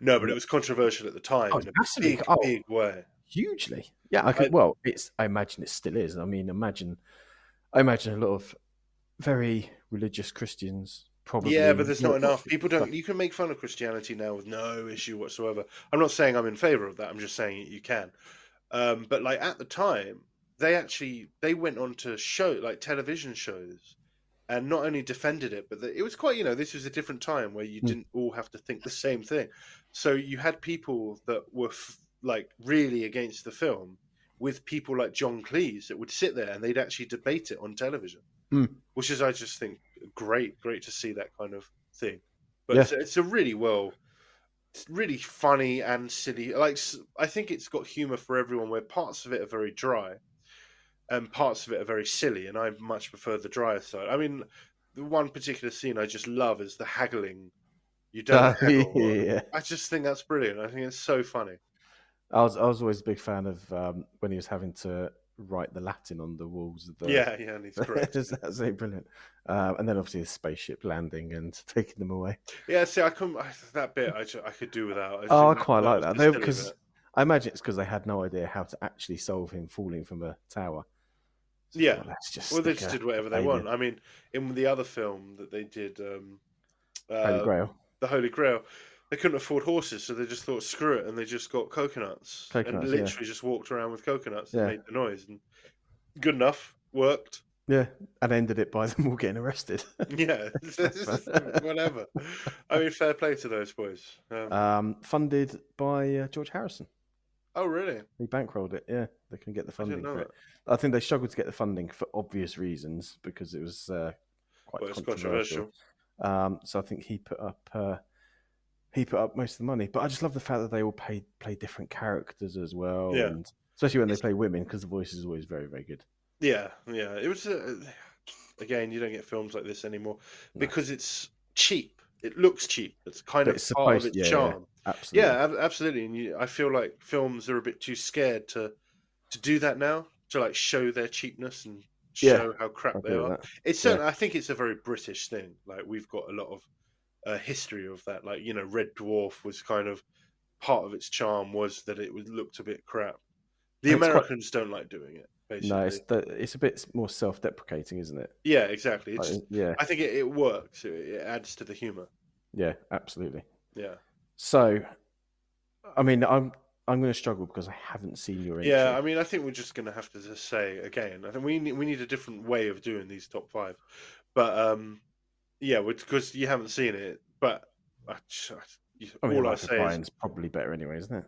No, but it was controversial at the time Oh, in a absolutely. big, Oh. big way. hugely. Yeah, I could. I- well, it's. I imagine it still is. I mean, imagine. I imagine a lot of very religious Christians probably. yeah, but there's not look- enough. People don't. You can make fun of Christianity now with no issue whatsoever. I'm not saying I'm in favor of that. I'm just saying you can. Um, but like at the time, they actually they went on to show like television shows, and not only defended it, but the, it was quite you know this was a different time where you Hmm. didn't all have to think the same thing. So you had people that were f- like really against the film, with people like John Cleese that would sit there and they'd actually debate it on television, Hmm. which is I just think great, great to see that kind of thing. But Yeah. it's, it's a really well, it's really funny and silly. Like s- I think it's got humor for everyone. Where parts of it are very dry, and parts of it are very silly, and I much prefer the drier side. I mean, the one particular scene I just love is the haggling. You don't. haggle. yeah. I just think that's brilliant. I think it's so funny. I was. I was always a big fan of um, when he was having to write the Latin on the walls of the. yeah, yeah, and he's correct. That's absolutely brilliant. Um, and then obviously the spaceship landing and taking them away. yeah, see, I couldn't I, that bit. I, ju- I could do without. just Oh, I think quite like was that. the though, silly because bit. I imagine it's because they had no idea how to actually solve him falling from a tower. So, Yeah. well, let's just well, they stick just a did whatever they baby. want. I mean, in the other film that they did, um, uh, Holy Grail. the Holy Grail, they couldn't afford horses, so they just thought screw it, and they just got coconuts, Coconuts, and yeah. literally just walked around with coconuts Yeah. and made the noise, and good enough, worked. Yeah, and ended it by them all getting arrested. Yeah, whatever. I mean, fair play to those boys. Um, um, funded by uh, George Harrison. oh, really? He bankrolled it. Yeah, they couldn't get the I didn't funding know for that. it. I think they struggled to get the funding for obvious reasons because it was uh, quite Well, it's controversial. controversial. Um, so I think he put up uh, he put up most of the money. But I just love the fact that they all play play different characters as well, Yeah. and especially when they play women because the voice is always very very good. Yeah, yeah. It was uh, again. You don't get films like this anymore No. because it's cheap. It looks cheap. It's kind But of it's part of supposed- its yeah, yeah. charm. Absolutely. Yeah, ab- absolutely. And you, I feel like films are a bit too scared to to do that now to like show their cheapness and Yeah, show how crap I they agree are. with that. It's yeah. certainly, I think it's a very British thing. Like we've got a lot of uh, history of that. Like you know, Red Dwarf was kind of part of its charm was that it was, looked a bit crap. The It's quite- Americans don't like doing it. Basically, No, it's the, it's a bit more self deprecating, isn't it? yeah, exactly. It's, Like, yeah, I think it, it works. It, it adds to the humor. yeah, absolutely. Yeah, So, I mean, I'm I'm going to struggle because I haven't seen your intro. yeah. I mean, I think we're just gonna have to just say again. I think we need, we need a different way of doing these top five. But um, yeah, because you haven't seen it. But I, just- I, you- I mean, all I Life of say is Brian's probably better anyway, isn't it?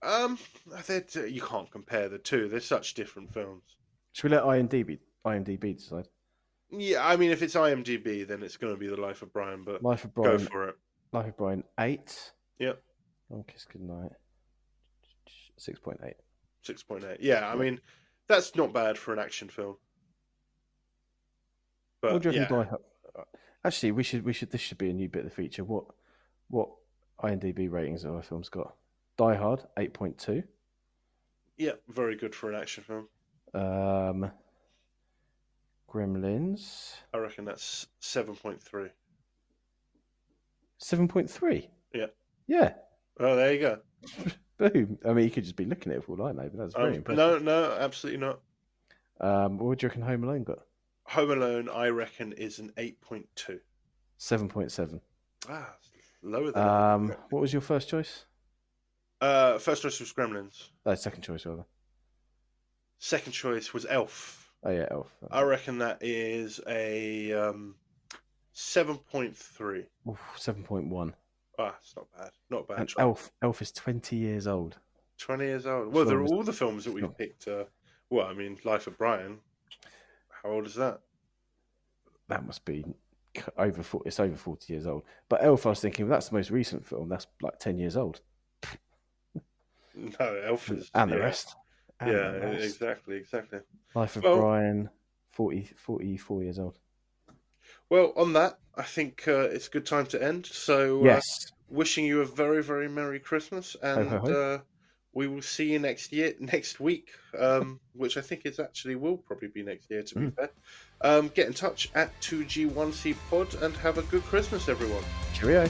um, they're t- you can't compare the two. They're such different films. Should we let IMDb IMDb decide? Yeah, I mean, if it's IMDb, then it's gonna be the Life of Brian. But Life of go Brian, for it. Life of Brian, eight. Yep. Long Kiss Goodnight, six point eight. Six point eight. Yeah, I mean, that's not bad for an action film. But what do you yeah, reckon Die Hard? Actually, we should we should this should be a new bit of the feature. What what IMDb ratings have our films got? Die Hard eight point two. yeah, very good for an action film. Um, Gremlins I reckon that's seven point three. seven point three. Yeah. Yeah. Oh, there you go. Boom. I mean, you could just be looking at it all I know, but that's very Um, impressive. no, no, absolutely not. Um, what do you reckon Home Alone got? Home Alone, I reckon, is an eight point two. Seven point seven. Ah, lower than. Uh, Um, what was your first choice? first choice was Gremlins. Oh, second choice rather. Second choice was Elf. Oh yeah, Elf. I reckon that is a um, seven point three. Seven point one. Ah, it's not bad. Not bad. And Elf. Elf is twenty years old. 20 years old. Well, there are Films. all the films that Film. we've picked. Uh, well, I mean, Life of Brian. How old is that? That must be c- over. 40, it's over forty years old. But Elf, I was thinking, well, that's the most recent film. That's like ten years old, No, Elf is. and the yeah. rest. And yeah, the rest. exactly, exactly. Life of Well- Brian, 40, 44 years old. Well, on that, I think uh, it's a good time to end. So, uh, Yes. wishing you a very, very Merry Christmas, and ho, ho. Uh, we will see you next year, next week, um, which I think is actually will probably be next year, to Hmm. be fair. Um, get in touch at 2G1C Pod and have a good Christmas, everyone. Cheerio.